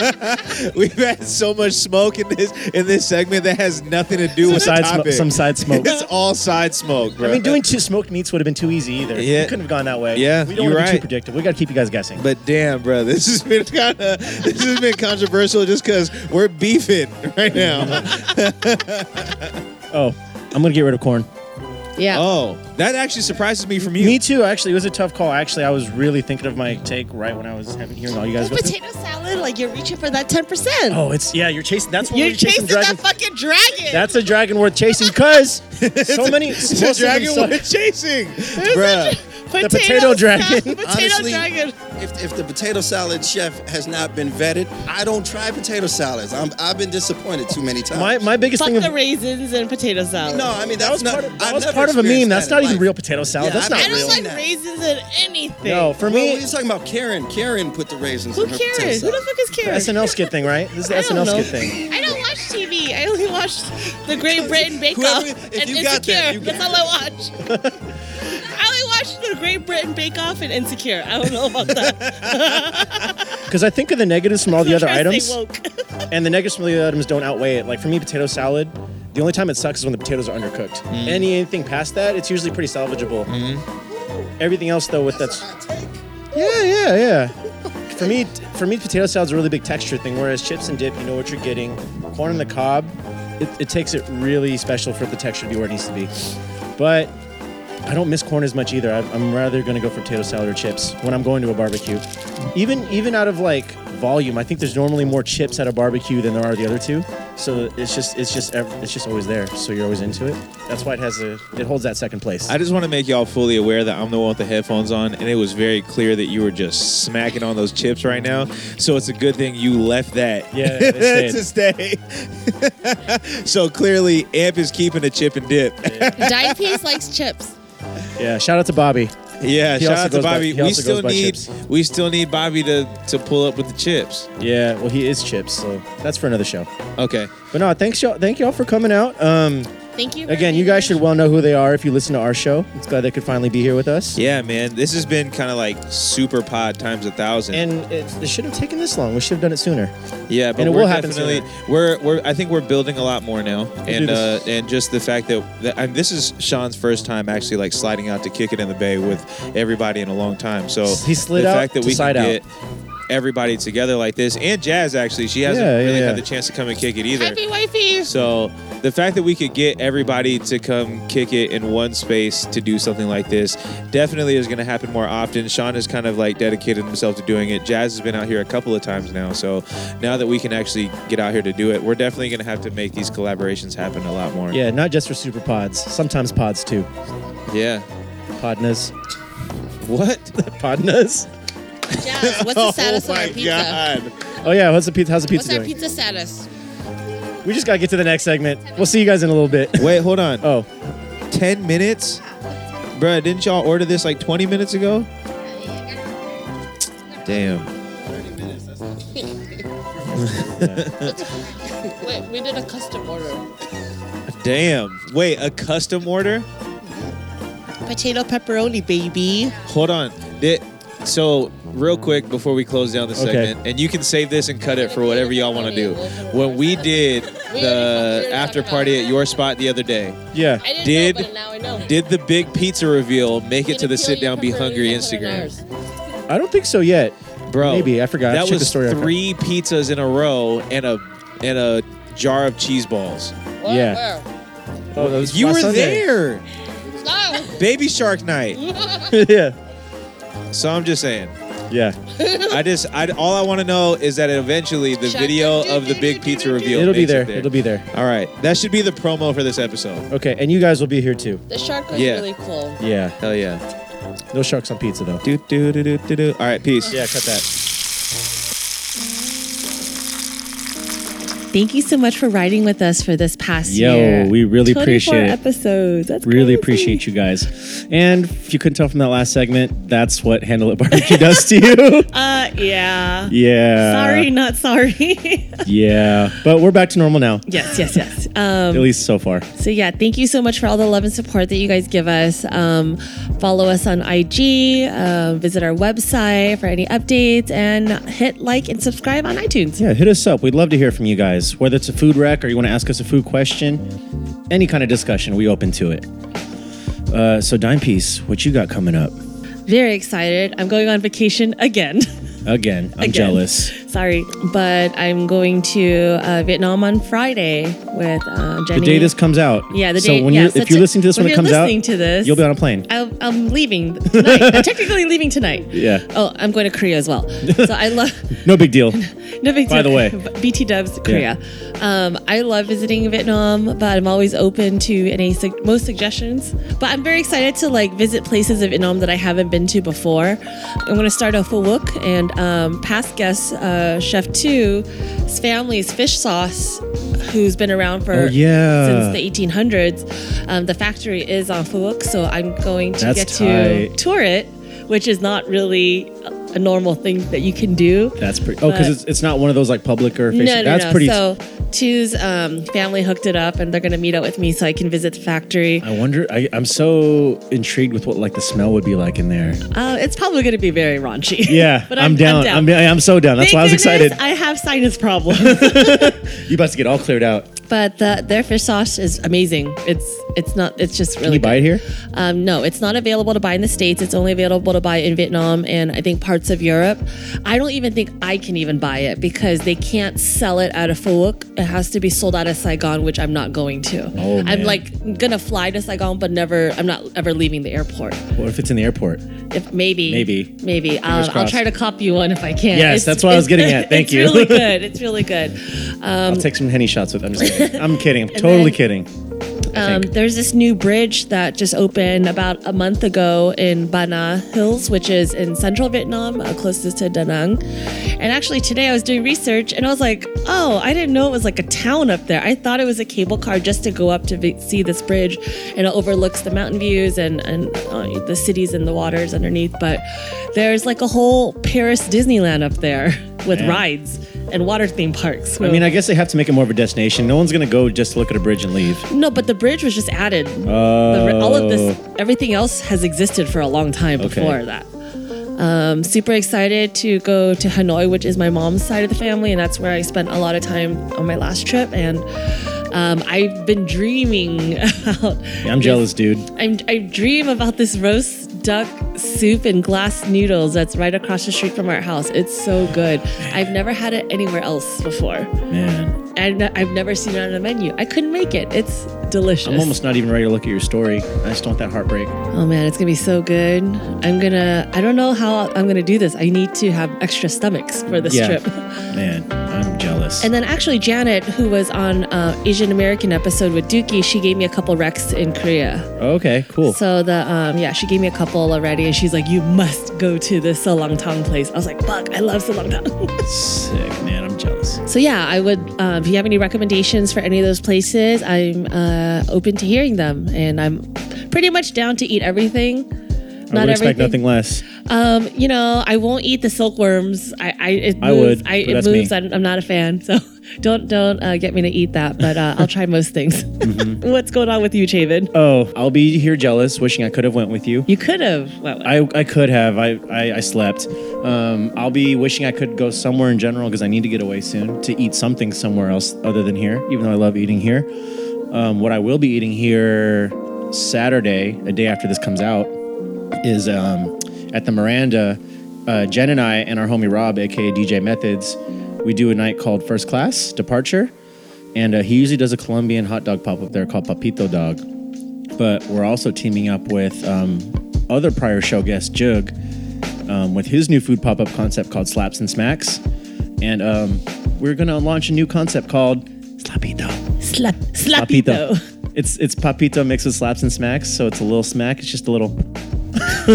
Speaker 9: We've had so much smoke in this in this segment that has nothing to do
Speaker 1: some
Speaker 9: with
Speaker 1: side
Speaker 9: the
Speaker 1: smoke.
Speaker 9: topic.
Speaker 1: Some side smoke.
Speaker 9: It's all side smoke, bro.
Speaker 1: I mean, doing two smoked meats would have been too easy either.
Speaker 9: Yeah.
Speaker 1: We couldn't have gone that way.
Speaker 9: Yeah,
Speaker 1: we don't
Speaker 9: you're
Speaker 1: want to be
Speaker 9: right.
Speaker 1: too predictive. We got to keep you guys guessing.
Speaker 9: But damn, bro, this has been kind of this has been controversial just because we're beefing right now.
Speaker 1: oh, I'm gonna get rid of corn.
Speaker 4: Yeah.
Speaker 9: Oh, that actually surprises me from you.
Speaker 1: Me too. Actually, it was a tough call. Actually, I was really thinking of my take right when I was having, hearing all you guys. go through.
Speaker 4: Potato salad, like you're reaching for that 10%.
Speaker 1: Oh, it's yeah. You're chasing. That's what
Speaker 4: you're
Speaker 1: you're chasing,
Speaker 4: chasing
Speaker 1: dragon.
Speaker 4: that fucking dragon.
Speaker 1: that's a dragon worth chasing, cause so many.
Speaker 9: It's
Speaker 1: most
Speaker 9: a
Speaker 1: of them
Speaker 9: dragon
Speaker 1: suck.
Speaker 9: we're chasing, Bruh.
Speaker 1: the potato dragon.
Speaker 4: potato
Speaker 8: Honestly,
Speaker 4: dragon.
Speaker 8: if, if the potato salad chef has not been vetted, I don't try potato salads. I'm, I've been disappointed too many times.
Speaker 1: My my biggest
Speaker 4: Fuck
Speaker 1: thing. of-
Speaker 4: the raisins and potato salad.
Speaker 8: no, I mean that was not.
Speaker 1: part of- that
Speaker 8: I've
Speaker 1: was
Speaker 8: never
Speaker 1: part of a meme.
Speaker 8: experienced
Speaker 1: That's
Speaker 8: that
Speaker 1: not
Speaker 8: in
Speaker 1: even
Speaker 8: life.
Speaker 1: real potato salad.
Speaker 8: Yeah,
Speaker 1: That's
Speaker 8: I've
Speaker 4: I
Speaker 1: not
Speaker 8: never
Speaker 1: real.
Speaker 4: don't
Speaker 8: really
Speaker 4: like
Speaker 8: not.
Speaker 4: raisins in anything.
Speaker 1: No, for
Speaker 8: Well,
Speaker 1: me,
Speaker 8: we were talking about Karen. Karen put the raisins.
Speaker 4: Who
Speaker 8: in her potato
Speaker 4: cares? Who the
Speaker 8: salad.
Speaker 4: fuck is
Speaker 1: the
Speaker 4: cares?
Speaker 1: SNL skit thing, right? This is the
Speaker 4: I don't
Speaker 1: SNL
Speaker 4: know.
Speaker 1: skit thing.
Speaker 4: I don't watch TV. I only watch the Great Britain Bake Off
Speaker 8: Whoever-
Speaker 4: and
Speaker 8: if you
Speaker 4: Insecure.
Speaker 8: got that, you got
Speaker 4: That's all I watch. I only watch the Great Britain Bake Off and Insecure. I don't know about that.
Speaker 1: Because I think of the negatives from all the other
Speaker 4: Try to
Speaker 1: items,
Speaker 4: stay woke.
Speaker 1: and the negatives from the other items don't outweigh it. Like for me, potato salad. The only time it sucks is when the potatoes are undercooked. Any anything past that, it's usually pretty salvageable. Everything else, though, with that's yeah, yeah, yeah. For me, for me, potato salad's a really big texture thing. Whereas chips and dip, you know what you're getting. Corn on the cob, it, it takes it really special for the texture to be where it needs to be. But I don't miss corn as much either. I, I'm rather going to go for potato salad or chips when I'm going to a barbecue. Even even out of like volume, I think there's normally more chips at a barbecue than there are the other two. So it's just it's just ev- it's just always there. So you're always into it. That's why it has a it holds that second place.
Speaker 9: I just want to make y'all fully aware that I'm the one with the headphones on, and it was very clear that you were just smacking on those chips right now. So it's a good thing you left that
Speaker 1: Yeah, they
Speaker 9: to stay. so clearly, Amp is keeping a chip and dip.
Speaker 6: Dime Piece likes chips.
Speaker 1: yeah, shout out to Bobby.
Speaker 9: Yeah,
Speaker 1: He
Speaker 9: shout
Speaker 1: also
Speaker 9: out to
Speaker 1: goes by-
Speaker 9: Bobby.
Speaker 1: he
Speaker 9: we
Speaker 1: also goes
Speaker 9: still
Speaker 1: by
Speaker 9: need
Speaker 1: chips.
Speaker 9: we still need Bobby to to pull up with the chips.
Speaker 1: Yeah, well he is chips, so that's for another show.
Speaker 9: Okay.
Speaker 1: But no, thanks y'all. Thank y'all for coming out. Um,
Speaker 6: Thank you. for
Speaker 1: again, you
Speaker 6: being
Speaker 1: guys
Speaker 6: here.
Speaker 1: should well know who they are if you listen to our show. It's glad they could finally be here with us.
Speaker 9: Yeah, man. This has been kind of like super pod times a thousand.
Speaker 1: And it, it shouldn't have taken this long. We should have done it sooner.
Speaker 9: Yeah, but
Speaker 1: And it
Speaker 9: we're
Speaker 1: will happen
Speaker 9: definitely we're we're I think we're building a lot more now, and
Speaker 1: do
Speaker 9: uh,
Speaker 1: this.
Speaker 9: and just the fact that, that and this is Sean's first time actually like sliding out to kick it in the bay with everybody in a long time. So
Speaker 1: He slid
Speaker 9: the
Speaker 1: out
Speaker 9: fact that
Speaker 1: to
Speaker 9: we
Speaker 1: side
Speaker 9: can
Speaker 1: out.
Speaker 9: get everybody together like this, and Jazz actually she hasn't
Speaker 1: Yeah, yeah,
Speaker 9: really
Speaker 1: yeah.
Speaker 9: had the chance to come and kick it either.
Speaker 4: Happy wifey.
Speaker 9: So the fact that we could get everybody to come kick it in one space to do something like this definitely is going to happen more often. Sean has kind of like dedicated himself to doing it. Jazz has been out here a couple of times now, so now that we can actually get out here to do it, we're definitely going to have to make these collaborations happen a lot more.
Speaker 1: Yeah, not just for super pods. Sometimes pods too.
Speaker 9: Yeah.
Speaker 1: Podnas.
Speaker 9: What?
Speaker 1: Podnas.
Speaker 6: Jazz, what's the status of our pizza?
Speaker 1: Oh yeah, how's the pizza? How's the
Speaker 6: What's
Speaker 1: pizza
Speaker 6: our
Speaker 1: doing?
Speaker 6: pizza status?
Speaker 1: We just gotta get to the next segment. We'll see you guys in a little bit.
Speaker 9: Wait, hold on.
Speaker 1: Oh,
Speaker 9: 10 minutes? Bruh, didn't y'all order this like 20 minutes ago? Damn.
Speaker 6: Wait, we did a custom order.
Speaker 9: Damn. Wait, a custom order?
Speaker 4: Potato pepperoni, baby.
Speaker 9: Hold on. Did- so, real quick before we close down the
Speaker 1: Okay.
Speaker 9: segment, and you can save this and cut it for whatever y'all want to do. When we did the after party at your spot the other day,
Speaker 1: yeah.
Speaker 6: I didn't
Speaker 9: Did-
Speaker 6: know, but now I know.
Speaker 9: did the big pizza reveal make it to the
Speaker 6: Did
Speaker 9: Sit Down Be
Speaker 6: pepperoni
Speaker 9: Hungry
Speaker 6: and put it on
Speaker 9: Instagram?
Speaker 6: ours.
Speaker 1: I don't think so yet.
Speaker 9: Bro,
Speaker 1: Maybe, I forgot. I
Speaker 9: That
Speaker 1: checked the
Speaker 9: was
Speaker 1: story after.
Speaker 9: three pizzas in a row and a and a jar of cheese balls.
Speaker 6: Whoa,
Speaker 1: Yeah.
Speaker 6: whoa.
Speaker 1: Oh, that was
Speaker 9: You
Speaker 1: last
Speaker 9: were
Speaker 1: Sunday.
Speaker 9: there,
Speaker 6: Stop.
Speaker 9: Baby Shark Night.
Speaker 1: yeah.
Speaker 9: So I'm just saying.
Speaker 1: Yeah.
Speaker 9: I just, I, all I want to know is that eventually the video of the big pizza reveal.
Speaker 1: It'll be
Speaker 9: makes it
Speaker 1: there. It'll be there.
Speaker 9: All right, that should be the promo for this episode.
Speaker 1: Okay, and you guys will be here too.
Speaker 6: The shark was
Speaker 9: Yeah.
Speaker 6: really cool.
Speaker 1: Yeah.
Speaker 9: Hell yeah!
Speaker 1: No sharks on pizza though.
Speaker 9: Do do do do do do. All right, peace.
Speaker 1: Yeah, cut that.
Speaker 4: Thank you so much for riding with us for this past
Speaker 1: Yo,
Speaker 4: year.
Speaker 1: we really
Speaker 4: 24
Speaker 1: appreciate it.
Speaker 4: episodes. That's
Speaker 1: Really
Speaker 4: crazy.
Speaker 1: appreciate you guys. And if you couldn't tell from that last segment, that's what Handle It Barbecue does to you.
Speaker 4: Uh, yeah.
Speaker 1: yeah.
Speaker 4: Sorry, not sorry.
Speaker 1: Yeah. But we're back to normal now,
Speaker 4: yes, yes, yes.
Speaker 1: at
Speaker 4: Um,
Speaker 1: least so far.
Speaker 4: so yeah, thank you so much for all the love and support that you guys give us. Um, follow us on IG, um, visit our website for any updates, and hit like and subscribe on iTunes.
Speaker 1: Yeah, hit us up. We'd love to hear from you guys. Whether it's a food rec or you want to ask us a food question, any kind of discussion, we open to it. Uh, so, Dime Piece, what you got coming up?
Speaker 4: Very excited. I'm going on vacation again.
Speaker 1: Again, I'm
Speaker 4: Again.
Speaker 1: jealous.
Speaker 4: sorry, but I'm going to uh, Vietnam on Friday with um, Jenny.
Speaker 1: The day this comes out.
Speaker 4: Yeah, the
Speaker 1: so
Speaker 4: day-
Speaker 1: When
Speaker 4: yeah,
Speaker 1: you're,
Speaker 4: so
Speaker 1: if you're
Speaker 4: to-
Speaker 1: listening to this
Speaker 4: when
Speaker 1: when, it
Speaker 4: you're
Speaker 1: comes out,
Speaker 4: listening to this-
Speaker 1: you'll be on a plane.
Speaker 4: I'll, I'm leaving tonight. I'm technically leaving tonight.
Speaker 1: Yeah.
Speaker 4: Oh, I'm going to Korea as well. So I love.
Speaker 1: No big deal.
Speaker 4: No big
Speaker 1: By the
Speaker 4: deal.
Speaker 1: way.
Speaker 4: BT Dubs Korea. Um, I love visiting Vietnam, but I'm always open to any sug- most suggestions. But I'm very excited to like visit places in Vietnam that I haven't been to before. I'm going to start off with Wook and um, past guest uh, Chef Two's family's fish sauce, who's been around for
Speaker 1: Oh, yeah.
Speaker 4: since the 1800s. Um, the factory is on Phu Quoc, so I'm going to
Speaker 1: That's
Speaker 4: get
Speaker 1: tight.
Speaker 4: to tour it, which is not really a normal thing that you can do.
Speaker 1: That's pretty. Oh, because
Speaker 4: But-
Speaker 1: it's, it's not one of those like public or
Speaker 4: No,
Speaker 1: Facebook.
Speaker 4: no,
Speaker 1: That's
Speaker 4: no.
Speaker 1: pretty.
Speaker 4: so Two's um, family hooked it up, and they're gonna meet up with me so I can visit the factory.
Speaker 1: I wonder. I, I'm so intrigued with what like the smell would be like in there.
Speaker 4: Uh, it's probably gonna be very raunchy.
Speaker 1: Yeah,
Speaker 4: but
Speaker 1: I'm, down. I'm down. I'm, so down. That's
Speaker 4: Thank
Speaker 1: why I was
Speaker 4: goodness
Speaker 1: excited.
Speaker 4: I have sinus problems,
Speaker 1: you about to get all cleared out.
Speaker 4: but the, their fish sauce is amazing. It's it's not. It's just really.
Speaker 1: Can you buy it
Speaker 4: good.
Speaker 1: here?
Speaker 4: Um, no, it's not available to buy in the States. It's only available to buy in Vietnam and I think parts of Europe. I don't even think I can even buy it because they can't sell it out of Phu Quoc. It has to be sold out of Saigon, which I'm not going to.
Speaker 1: Oh, man.
Speaker 4: I'm like gonna fly to Saigon, but never, I'm not ever leaving the airport.
Speaker 1: What if it's in the airport?
Speaker 4: If Maybe.
Speaker 1: Maybe.
Speaker 4: Maybe. Uh, I'll, I'll
Speaker 1: crossed.
Speaker 4: try to copy one if I can.
Speaker 1: Yes, that's what I was getting at. Thank
Speaker 4: it's
Speaker 1: you.
Speaker 4: really good. It's really good.
Speaker 1: I'll take some henny shots with. I'm just kidding. I'm kidding. I'm totally
Speaker 4: um, then-
Speaker 1: kidding. I
Speaker 4: Um,
Speaker 1: think.
Speaker 4: there's this new bridge that just opened about a month ago in Ba Na Hills, which is in central Vietnam, uh, closest to Da Nang. And actually, today I was doing research and I was like, oh, I didn't know it was like a town up there. I thought it was a cable car just to go up to vi- see this bridge, and it overlooks the mountain views and and uh, the cities and the waters underneath. But there's like a whole Paris Disneyland up there with
Speaker 1: Man.
Speaker 4: rides and water theme parks.
Speaker 1: I mean, I guess they have to make it more of a destination. No one's gonna go just to look at a bridge and leave.
Speaker 4: No, but the bridge was just added.
Speaker 1: Oh.
Speaker 4: The- all of this, everything else has existed for a long time before that. Um, super excited to go to Hanoi, which is my mom's side of the family, and that's where I spent a lot of time on my last trip. And um, I've been dreaming about.
Speaker 1: I'm jealous, dude.
Speaker 4: I'm, I dream about this roast duck soup and glass noodles that's right across the street from our house. It's so good. I've never had it anywhere else before.
Speaker 1: Man,
Speaker 4: And I've never seen it on a menu. I couldn't make it. It's delicious.
Speaker 1: I'm almost not even ready to look at your story. I just don't want that heartbreak.
Speaker 4: Oh man, it's gonna be so good. I'm gonna. I don't know how I'm gonna do this. I need to have extra stomachs for this
Speaker 1: Yeah.
Speaker 4: trip.
Speaker 1: Man, I'm jealous.
Speaker 4: And then actually, Janet, who was on uh, Asian American episode with Dookie, she gave me a couple recs in Korea.
Speaker 1: okay, cool.
Speaker 4: So the um, yeah, she gave me a couple already, and she's like, "You must go to this Tang place." I was like, "Fuck, I love Tang."
Speaker 1: Sick, man. I'm jealous.
Speaker 4: so yeah, I would. Uh, if you have any recommendations for any of those places, I'm uh, open to hearing them, and I'm pretty much down to eat everything.
Speaker 1: I would expect nothing less.
Speaker 4: Um, you know, I won't eat the silkworms. I, I, it moves,
Speaker 1: I would,
Speaker 4: I,
Speaker 1: but
Speaker 4: it
Speaker 1: that's
Speaker 4: moves.
Speaker 1: me.
Speaker 4: I'm, I'm not a fan, so don't don't uh, get me to eat that. But uh, I'll try most things. What's going on with you, Chavin?
Speaker 1: Oh, I'll be here jealous, wishing I could have went with you.
Speaker 4: You could have. Well,
Speaker 1: I, I could have. I, I, I slept. Um, I'll be wishing I could go somewhere in general because I need to get away soon to eat something somewhere else other than here, even though I love eating here. Um, what I will be eating here Saturday, a day after this comes out, is um, at the Miranda. Uh, Jen and I and our homie Rob, aka DJ Methods, we do a night called First Class Departure. And uh, he usually does a Colombian hot dog pop up there called Papito Dog but we're also teaming up with um, other prior show guest Jug um, with his new food pop up concept called Slaps and Smacks, and um, we're gonna launch a new concept called Slapito.
Speaker 4: slap, slapito.
Speaker 1: It's it's papito mixed with slaps and smacks, so it's a little smack. It's just a little.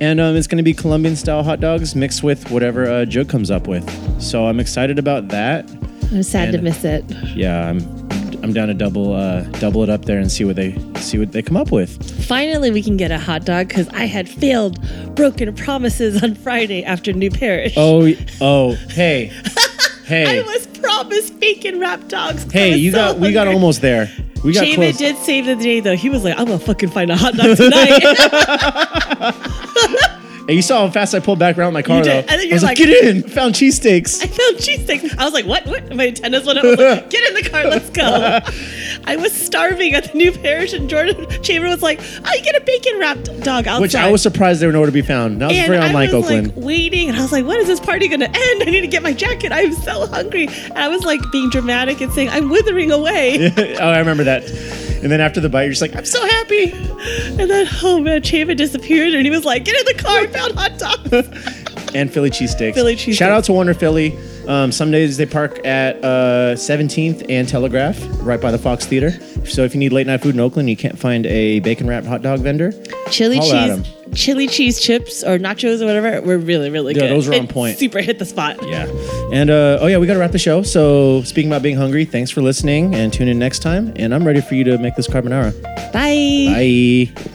Speaker 1: and um, it's going to be Colombian style hot dogs mixed with whatever uh, Jug comes up with. So I'm excited about that.
Speaker 4: I'm sad to
Speaker 1: And-
Speaker 4: miss it.
Speaker 1: Yeah, I'm I'm down to double uh, double it up there and see what they see what they come up with.
Speaker 4: Finally, we can get a hot dog because I had failed broken promises on Friday after New Parish.
Speaker 1: Oh, y- oh, hey,
Speaker 4: I
Speaker 1: hey,
Speaker 4: was promised bacon wrapped dogs. 'cause I
Speaker 1: hey!
Speaker 4: was
Speaker 1: You
Speaker 4: so
Speaker 1: got, we got
Speaker 4: hungry.
Speaker 1: almost there. We got
Speaker 4: Chavin
Speaker 1: close.
Speaker 4: did save the day though. He was like, "I'm gonna fucking find a hot dog tonight."
Speaker 1: Hey, you saw how fast I pulled back around my car
Speaker 4: You
Speaker 1: though.
Speaker 4: did, and then
Speaker 1: I
Speaker 4: you're
Speaker 1: was like,
Speaker 4: like-
Speaker 1: "Get in!" Found cheesesteaks.
Speaker 4: I found cheesesteaks. I was like, what? What? My antennas went up. I was like, get in the car, let's go. I was starving at the new parish, and Jordan Chamber was like, oh, you get a bacon wrapped dog outside.
Speaker 1: Which I was surprised they were nowhere to be found. That was
Speaker 4: and
Speaker 1: very
Speaker 4: I
Speaker 1: unlike
Speaker 4: was
Speaker 1: Oakland.
Speaker 4: like waiting, and I was like, "When is this party going to end? I need to get my jacket. I'm so hungry." And I was like being dramatic and saying, "I'm withering away."
Speaker 1: oh, I remember that. And then after the bite, you're just like, "I'm so happy."
Speaker 4: and then, oh man, Chamber disappeared, and he was like, "Get in the car. I found hot dogs."
Speaker 1: And Philly cheesesteaks.
Speaker 4: Philly
Speaker 1: Shout out to Wonder Philly. Um, some days they park at uh, 17th and Telegraph, right by the Fox Theater. So if you need late night food in Oakland, and you can't find a bacon wrapped hot dog vendor.
Speaker 4: Chili
Speaker 1: holla at 'em.
Speaker 4: cheese, chili cheese chips or nachos or whatever were really really
Speaker 1: Yeah,
Speaker 4: good.
Speaker 1: those were on
Speaker 4: It
Speaker 1: point.
Speaker 4: Super hit the spot.
Speaker 1: Yeah. And uh, oh yeah, we got to wrap the show. So speaking about being hungry, thanks for listening and tune in next time. And I'm ready for you to make this carbonara.
Speaker 4: Bye.
Speaker 1: Bye.